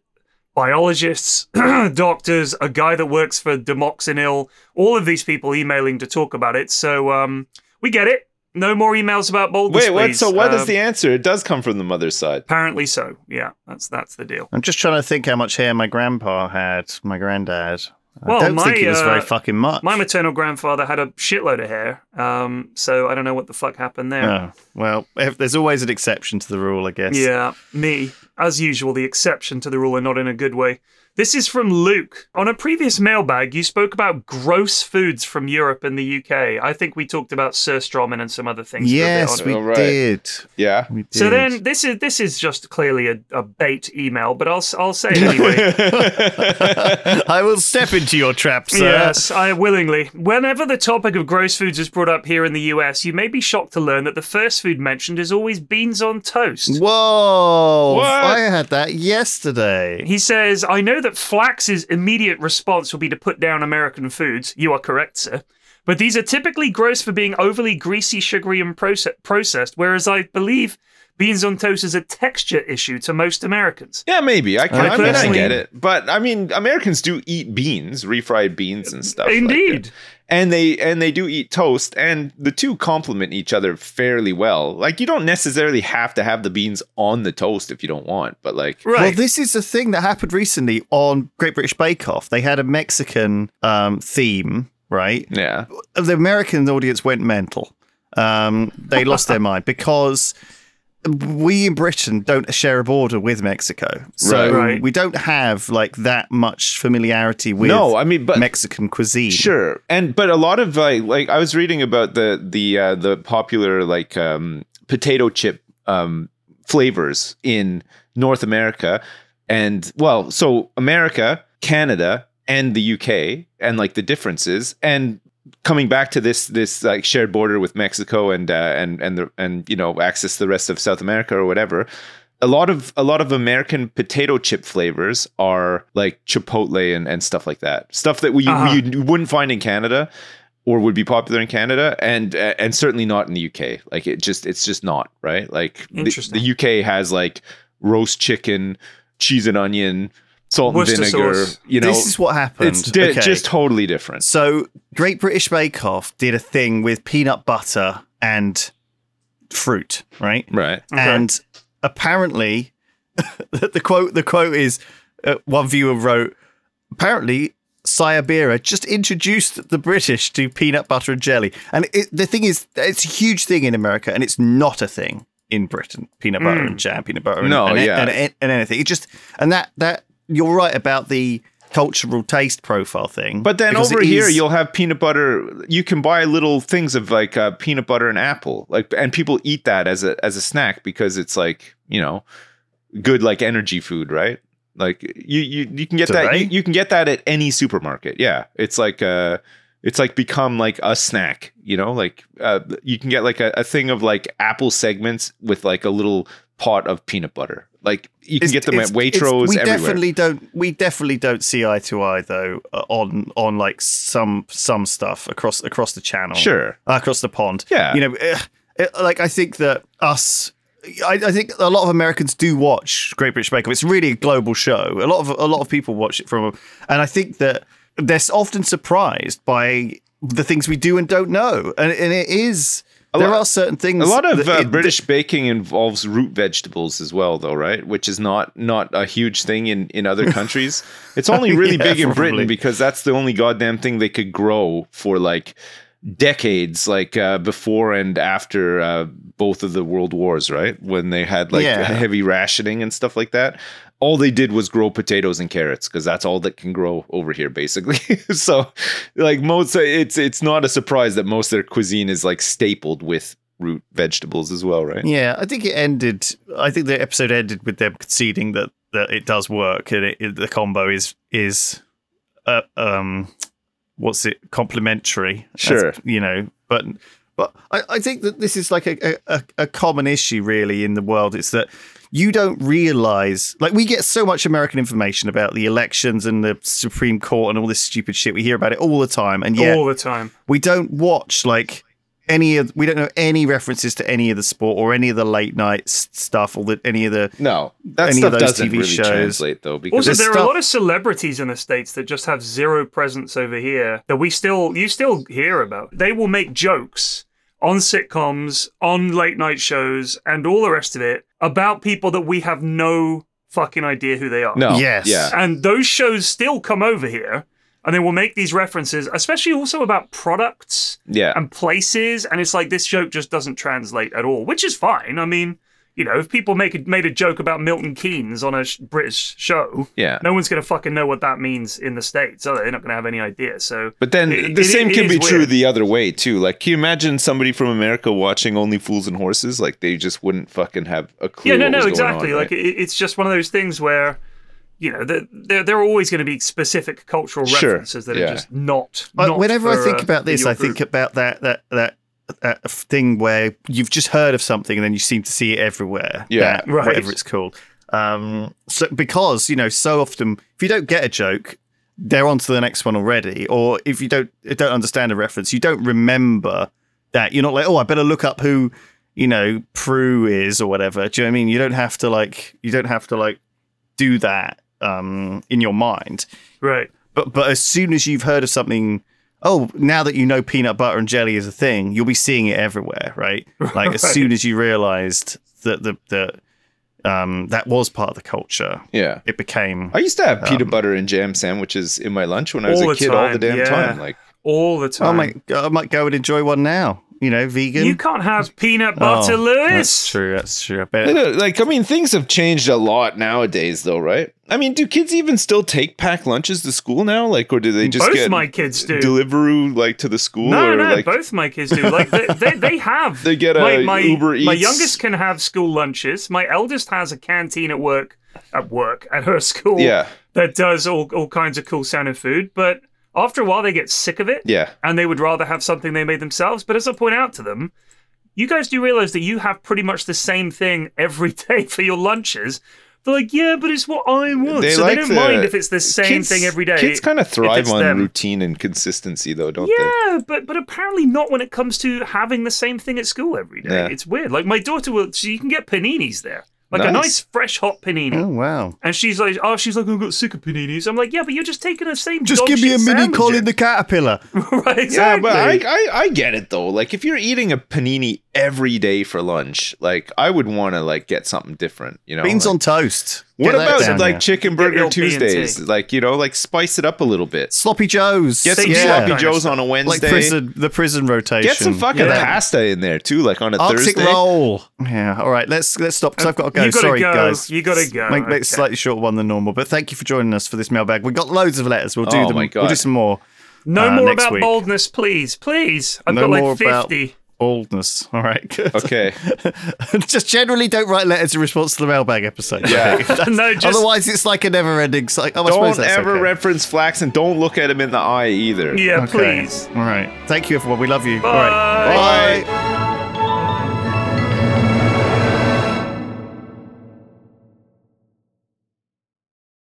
Speaker 3: biologists, (clears throat) doctors, a guy that works for Demoxenil, all of these people emailing to talk about it. So um, we get it. No more emails about boldness.
Speaker 2: Wait, what? So what
Speaker 3: what
Speaker 2: is
Speaker 3: is
Speaker 2: the answer? It does come from the mother's side.
Speaker 3: Apparently so. Yeah, that's that's the deal.
Speaker 1: I'm just trying to think how much hair my grandpa had, my granddad.
Speaker 3: Well,
Speaker 1: I don't
Speaker 3: my,
Speaker 1: think it was very
Speaker 3: uh,
Speaker 1: fucking much.
Speaker 3: My maternal grandfather had a shitload of hair, um, so I don't know what the fuck happened there.
Speaker 1: Oh, well, if, there's always an exception to the rule, I guess.
Speaker 3: Yeah, me. As usual, the exception to the rule and not in a good way. This is from Luke. On a previous mailbag, you spoke about gross foods from Europe and the UK. I think we talked about surströmming and some other things. for a bit
Speaker 1: Yes,
Speaker 3: on-
Speaker 1: we
Speaker 2: All right.
Speaker 1: did.
Speaker 2: Yeah. (laughs)
Speaker 3: (laughs)
Speaker 1: We did.
Speaker 3: So then, this is this is just clearly a, a bait email, but I'll s- I'll say
Speaker 1: (laughs)
Speaker 3: it anyway.
Speaker 1: I will step into your
Speaker 3: (laughs)
Speaker 1: trap, sir.
Speaker 3: Yes, I willingly. Whenever the topic of gross foods is brought up here in the US, you may be shocked to learn that the first food mentioned is always beans on toast.
Speaker 1: Whoa!
Speaker 2: What?
Speaker 1: I had that yesterday.
Speaker 3: He says, I know that Flax's immediate response will be to put down American foods. You are correct, sir. But these are typically gross for being overly greasy, sugary, and proce- processed, whereas I believe beans on toast is a texture issue to most Americans.
Speaker 2: Yeah, maybe. I
Speaker 1: I
Speaker 2: can. I, mean, I
Speaker 3: personally-
Speaker 2: get it, but I mean, Americans do eat beans, refried beans and stuff. like that.
Speaker 3: Indeed.
Speaker 2: and they and they do eat toast and the two complement each other fairly well like you don't necessarily have to have the beans on the toast if you don't want but like
Speaker 3: Right.
Speaker 1: Well, this is the thing that happened recently on Great British Bake Off. They had a Mexican um, theme, right?
Speaker 2: yeah
Speaker 1: The American audience went mental. Um, they lost
Speaker 2: (laughs)
Speaker 1: their mind because we in Britain don't share a border with Mexico, so
Speaker 3: Right. Right.
Speaker 1: we don't have like that much familiarity with
Speaker 2: no i mean but
Speaker 1: Mexican cuisine.
Speaker 2: Sure, and but a lot of like like I was reading about the the uh, the popular like um, potato chip um, flavors in North America, and well, so America, Canada, and the UK, and like the differences, and coming back to this this like shared border with Mexico and uh, and and the and you know access to the rest of South America or whatever. A lot of a lot of American potato chip flavors are like chipotle and, and stuff like that. Stuff that we
Speaker 3: Uh-huh.
Speaker 2: we you wouldn't find in Canada or would be popular in Canada and uh, and certainly not in the UK. Like it just it's just not, right? Like the,
Speaker 3: Interesting.
Speaker 2: the UK has like roast chicken, cheese and onion, salt
Speaker 3: Worcester
Speaker 2: and vinegar,
Speaker 3: sauce.
Speaker 2: you know.
Speaker 1: this is what happened.
Speaker 2: it's di-
Speaker 1: Okay.
Speaker 2: just totally different.
Speaker 1: So Great British Bake Off did a thing with peanut butter and fruit, right?
Speaker 2: Right.
Speaker 1: And apparently, (laughs) the quote the quote is uh, one viewer wrote. Apparently, Sayabira just introduced the British to peanut butter and jelly, and it, the thing is, it's a huge thing in America, and it's not a thing in Britain. Peanut butter and jam, peanut butter, and,
Speaker 2: Mm. No,
Speaker 1: and,
Speaker 2: yeah.
Speaker 1: and, and, and anything. It just and that that you're right about the cultural taste profile thing.
Speaker 2: But then
Speaker 1: Mm-hmm. because it
Speaker 2: over here,
Speaker 1: is-
Speaker 2: you'll have peanut butter. You can buy little things of like uh, peanut butter and apple, like, and people eat that as a as a snack because it's like you know, good like energy food, right? Like you you you can get
Speaker 1: Do
Speaker 2: that
Speaker 1: they?
Speaker 2: you, you can get that at any supermarket. Yeah, it's like uh it's like become like a snack. You know, like uh, you can get like a, a thing of like apple segments with like a little pot of peanut butter. Like you can
Speaker 1: It's-
Speaker 2: get them at
Speaker 1: it's- it's-
Speaker 2: Waitrose.
Speaker 1: We
Speaker 2: everywhere.
Speaker 1: definitely don't. We definitely don't see eye to eye though uh, on on like some some stuff across across the channel.
Speaker 2: sure.
Speaker 1: Uh, across the pond.
Speaker 2: Yeah.
Speaker 1: you know, eh, eh, like I think that us. I, I think a lot of Americans do watch Great British Bake Off. It's really a global show. A lot of a lot of people watch it from, and I think that they're s- often surprised by the things we do and don't know. And, and it is there
Speaker 2: lot-
Speaker 1: are certain things.
Speaker 2: A lot of
Speaker 1: that
Speaker 2: uh,
Speaker 1: it-
Speaker 2: British baking involves root vegetables as well, though, right? Which is not not a huge thing in
Speaker 1: (laughs)
Speaker 2: in other countries. It's only really
Speaker 1: Yeah,
Speaker 2: big in
Speaker 1: probably.
Speaker 2: Britain because that's the only goddamn thing they could grow for like decades, like uh, before and after uh, both of the world wars, right? When they had like
Speaker 1: Yeah.
Speaker 2: (laughs) heavy rationing and stuff like that. All they did was grow potatoes and carrots because that's all that can grow over here, basically. (laughs) so, like most, it's it's not a surprise that most of their cuisine is like stapled with root vegetables as well, right?
Speaker 1: Yeah, I think it ended. I think the episode ended with them conceding that that it does work and it, it- the combo is is uh, um what's it complementary. as-
Speaker 2: Sure.
Speaker 1: you know, but but I, I think that this is like a, a- a a common issue really in the world. It's that you don't realize like we get so much American information about the elections and the Supreme Court and all this stupid shit. We hear about it all the time, and yet
Speaker 3: All the time.
Speaker 1: we don't watch like any of we don't know any references to any of the sport or any of the late night s- stuff or the, any of the
Speaker 2: No, that
Speaker 1: Any of
Speaker 2: stuff
Speaker 1: those
Speaker 2: doesn't
Speaker 1: TV
Speaker 2: really
Speaker 1: shows.
Speaker 2: translate though because
Speaker 3: Also,
Speaker 1: There's
Speaker 3: there are
Speaker 1: stuff-
Speaker 3: a lot of celebrities in the states that just have zero presence over here that we still you still hear about. They will make jokes on sitcoms, on late night shows, and all the rest of it about people that we have no fucking idea who they are.
Speaker 2: no,
Speaker 1: Yes.
Speaker 2: yeah,
Speaker 3: And those shows still come over here, and they will make these references, especially also about products
Speaker 2: yeah.
Speaker 3: and places. And it's like this joke just doesn't translate at all, which is fine. I mean. You know, if people make a, made a joke about Milton Keynes on a sh- British show,
Speaker 2: Yeah.
Speaker 3: no one's going to fucking know what that means in the states, are they? They're not going to have any idea. So,
Speaker 2: But then
Speaker 3: It-
Speaker 2: the
Speaker 3: it-
Speaker 2: same
Speaker 3: it
Speaker 2: can
Speaker 3: is
Speaker 2: be true
Speaker 3: weird.
Speaker 2: the other way too. Like, can you imagine somebody from America watching Only Fools and Horses? Like, they just wouldn't fucking have a clue.
Speaker 3: yeah, no,
Speaker 2: what
Speaker 3: no,
Speaker 2: was
Speaker 3: exactly.
Speaker 2: Going on,
Speaker 3: like it, it's just one of those things where, you know, there there, there are always going to be specific cultural
Speaker 2: Sure,
Speaker 3: references that
Speaker 2: yeah.
Speaker 3: are just not.
Speaker 1: But
Speaker 3: not
Speaker 1: whenever
Speaker 3: for,
Speaker 1: I think
Speaker 3: uh,
Speaker 1: about
Speaker 3: for
Speaker 1: this,
Speaker 3: your
Speaker 1: I think
Speaker 3: group.
Speaker 1: about that that that that f- thing where you've just heard of something and then you seem to see it everywhere.
Speaker 2: Yeah.
Speaker 1: that-
Speaker 3: Right.
Speaker 1: whatever it's called. Um, so because you know, so often if you don't get a joke, they're on to the next one already. Or if you don't don't understand a reference, you don't remember that. You're not like, oh, I better look up who you know Prue is or whatever. Do you know what I mean? You don't have to like you don't have to like do that um in your mind
Speaker 3: right.
Speaker 1: but but as soon as you've heard of something oh, now that you know peanut butter and jelly is a thing, you'll be seeing it everywhere, right? (laughs) Like as soon as you realized that the that um that was part of the culture,
Speaker 2: Yeah.
Speaker 1: it became
Speaker 2: I used to
Speaker 1: Um,
Speaker 2: have peanut butter and jam sandwiches in my lunch when I was
Speaker 3: all
Speaker 2: a
Speaker 3: the
Speaker 2: kid all the
Speaker 3: time,
Speaker 2: damn
Speaker 3: yeah.
Speaker 2: time. Like,
Speaker 3: all the
Speaker 1: oh
Speaker 3: time.
Speaker 1: my, I might go and enjoy one now. You know, vegan.
Speaker 3: You
Speaker 1: (laughs)
Speaker 3: can't have peanut
Speaker 1: Oh,
Speaker 3: butter, Lewis.
Speaker 1: That's true. That's true. I
Speaker 2: (laughs)
Speaker 1: bet.
Speaker 2: like I mean, things have changed a lot nowadays, though, right? I mean, do kids even still take packed lunches to school now? Like, or do they just
Speaker 3: Both
Speaker 2: get
Speaker 3: my kids do.
Speaker 2: Deliveroo like to the school?
Speaker 3: No,
Speaker 2: or,
Speaker 3: no,
Speaker 2: like,
Speaker 3: both my kids do. Like they, they,
Speaker 2: (laughs)
Speaker 3: they have.
Speaker 2: They get
Speaker 3: my,
Speaker 2: a
Speaker 3: my,
Speaker 2: Uber
Speaker 3: My
Speaker 2: Eats.
Speaker 3: youngest can have school lunches. My eldest has a canteen at work, at work at her (laughs) school.
Speaker 2: Yeah.
Speaker 3: that does all all kinds of cool sounding food. But after a while, they get sick of it.
Speaker 2: Yeah.
Speaker 3: and they would rather have something they made themselves. But as I point out to them, you guys do realize that you have pretty much the same thing (laughs) every day for your lunches. They're like, yeah, but it's what I want, so they don't
Speaker 2: the-
Speaker 3: mind if it's the same
Speaker 2: kids-
Speaker 3: thing every day.
Speaker 2: Kids kind of
Speaker 3: if
Speaker 2: thrive
Speaker 3: it's
Speaker 2: on
Speaker 3: them.
Speaker 2: routine and consistency, though, don't
Speaker 3: Yeah, but but apparently not when it comes to having the same thing at school every day.
Speaker 2: Yeah.
Speaker 3: It's weird. Like my daughter will, so you can get paninis there, like a
Speaker 2: Nice.
Speaker 3: nice fresh hot panini.
Speaker 1: Oh wow.
Speaker 3: And she's like, oh, she's like, I got sick of paninis. I'm like, yeah, but you're just taking the same.
Speaker 1: Just
Speaker 3: dog
Speaker 1: give me a
Speaker 3: shit
Speaker 1: mini
Speaker 3: sandwich
Speaker 1: Colin
Speaker 3: in."
Speaker 1: the caterpillar.
Speaker 3: (laughs) right,
Speaker 2: they? Yeah,
Speaker 3: exactly.
Speaker 2: but I, I I get it though. Like, if you're eating a panini every day for lunch, like I would want to like get something different. You know,
Speaker 1: Beans
Speaker 2: like,
Speaker 1: on toast.
Speaker 2: What
Speaker 1: Get that
Speaker 2: about
Speaker 1: down
Speaker 2: like
Speaker 1: here.
Speaker 2: chicken
Speaker 3: Get
Speaker 2: burger
Speaker 3: your B&T.
Speaker 2: Tuesdays? Like you know, like spice it up a little bit.
Speaker 1: sloppy joes?
Speaker 2: Get some
Speaker 3: Yeah.
Speaker 2: sloppy
Speaker 3: Kind of
Speaker 2: joes
Speaker 3: stuff.
Speaker 2: on a
Speaker 1: Like
Speaker 2: Wednesday.
Speaker 1: prison, the prison rotation.
Speaker 2: Get some fucking
Speaker 3: Yeah.
Speaker 2: pasta in there too, like on a
Speaker 1: Arctic
Speaker 2: Thursday.
Speaker 1: roll. Yeah. All right. Let's let's stop because I've got to go.
Speaker 3: You gotta
Speaker 1: Sorry,
Speaker 3: go.
Speaker 1: guys.
Speaker 3: You gotta
Speaker 1: Make,
Speaker 3: go.
Speaker 1: make
Speaker 3: Okay.
Speaker 1: it a slightly shorter one than normal. But thank you for joining us for this mailbag. We've got loads of letters. We'll do
Speaker 2: Oh
Speaker 1: them.
Speaker 2: my God.
Speaker 1: We'll do some more.
Speaker 3: No
Speaker 1: Uh,
Speaker 3: more
Speaker 1: next
Speaker 3: about
Speaker 1: week.
Speaker 3: boldness, please, please. I've
Speaker 1: no
Speaker 3: got
Speaker 1: more
Speaker 3: like
Speaker 1: about
Speaker 3: fifty.
Speaker 1: baldness. All right. Good. (laughs)
Speaker 2: Okay.
Speaker 1: just generally don't write letters in response to the mailbag episode.
Speaker 3: (laughs)
Speaker 2: Yeah.
Speaker 3: no, just
Speaker 1: Otherwise, it's like a never-ending cycle. Oh, I suppose
Speaker 2: don't
Speaker 1: that's
Speaker 2: ever
Speaker 1: okay.
Speaker 2: reference flax and don't look at him in the eye either.
Speaker 3: yeah,
Speaker 1: Okay.
Speaker 3: please.
Speaker 1: All right. Thank you, everyone. We love you. All
Speaker 3: Bye.
Speaker 1: right. Bye.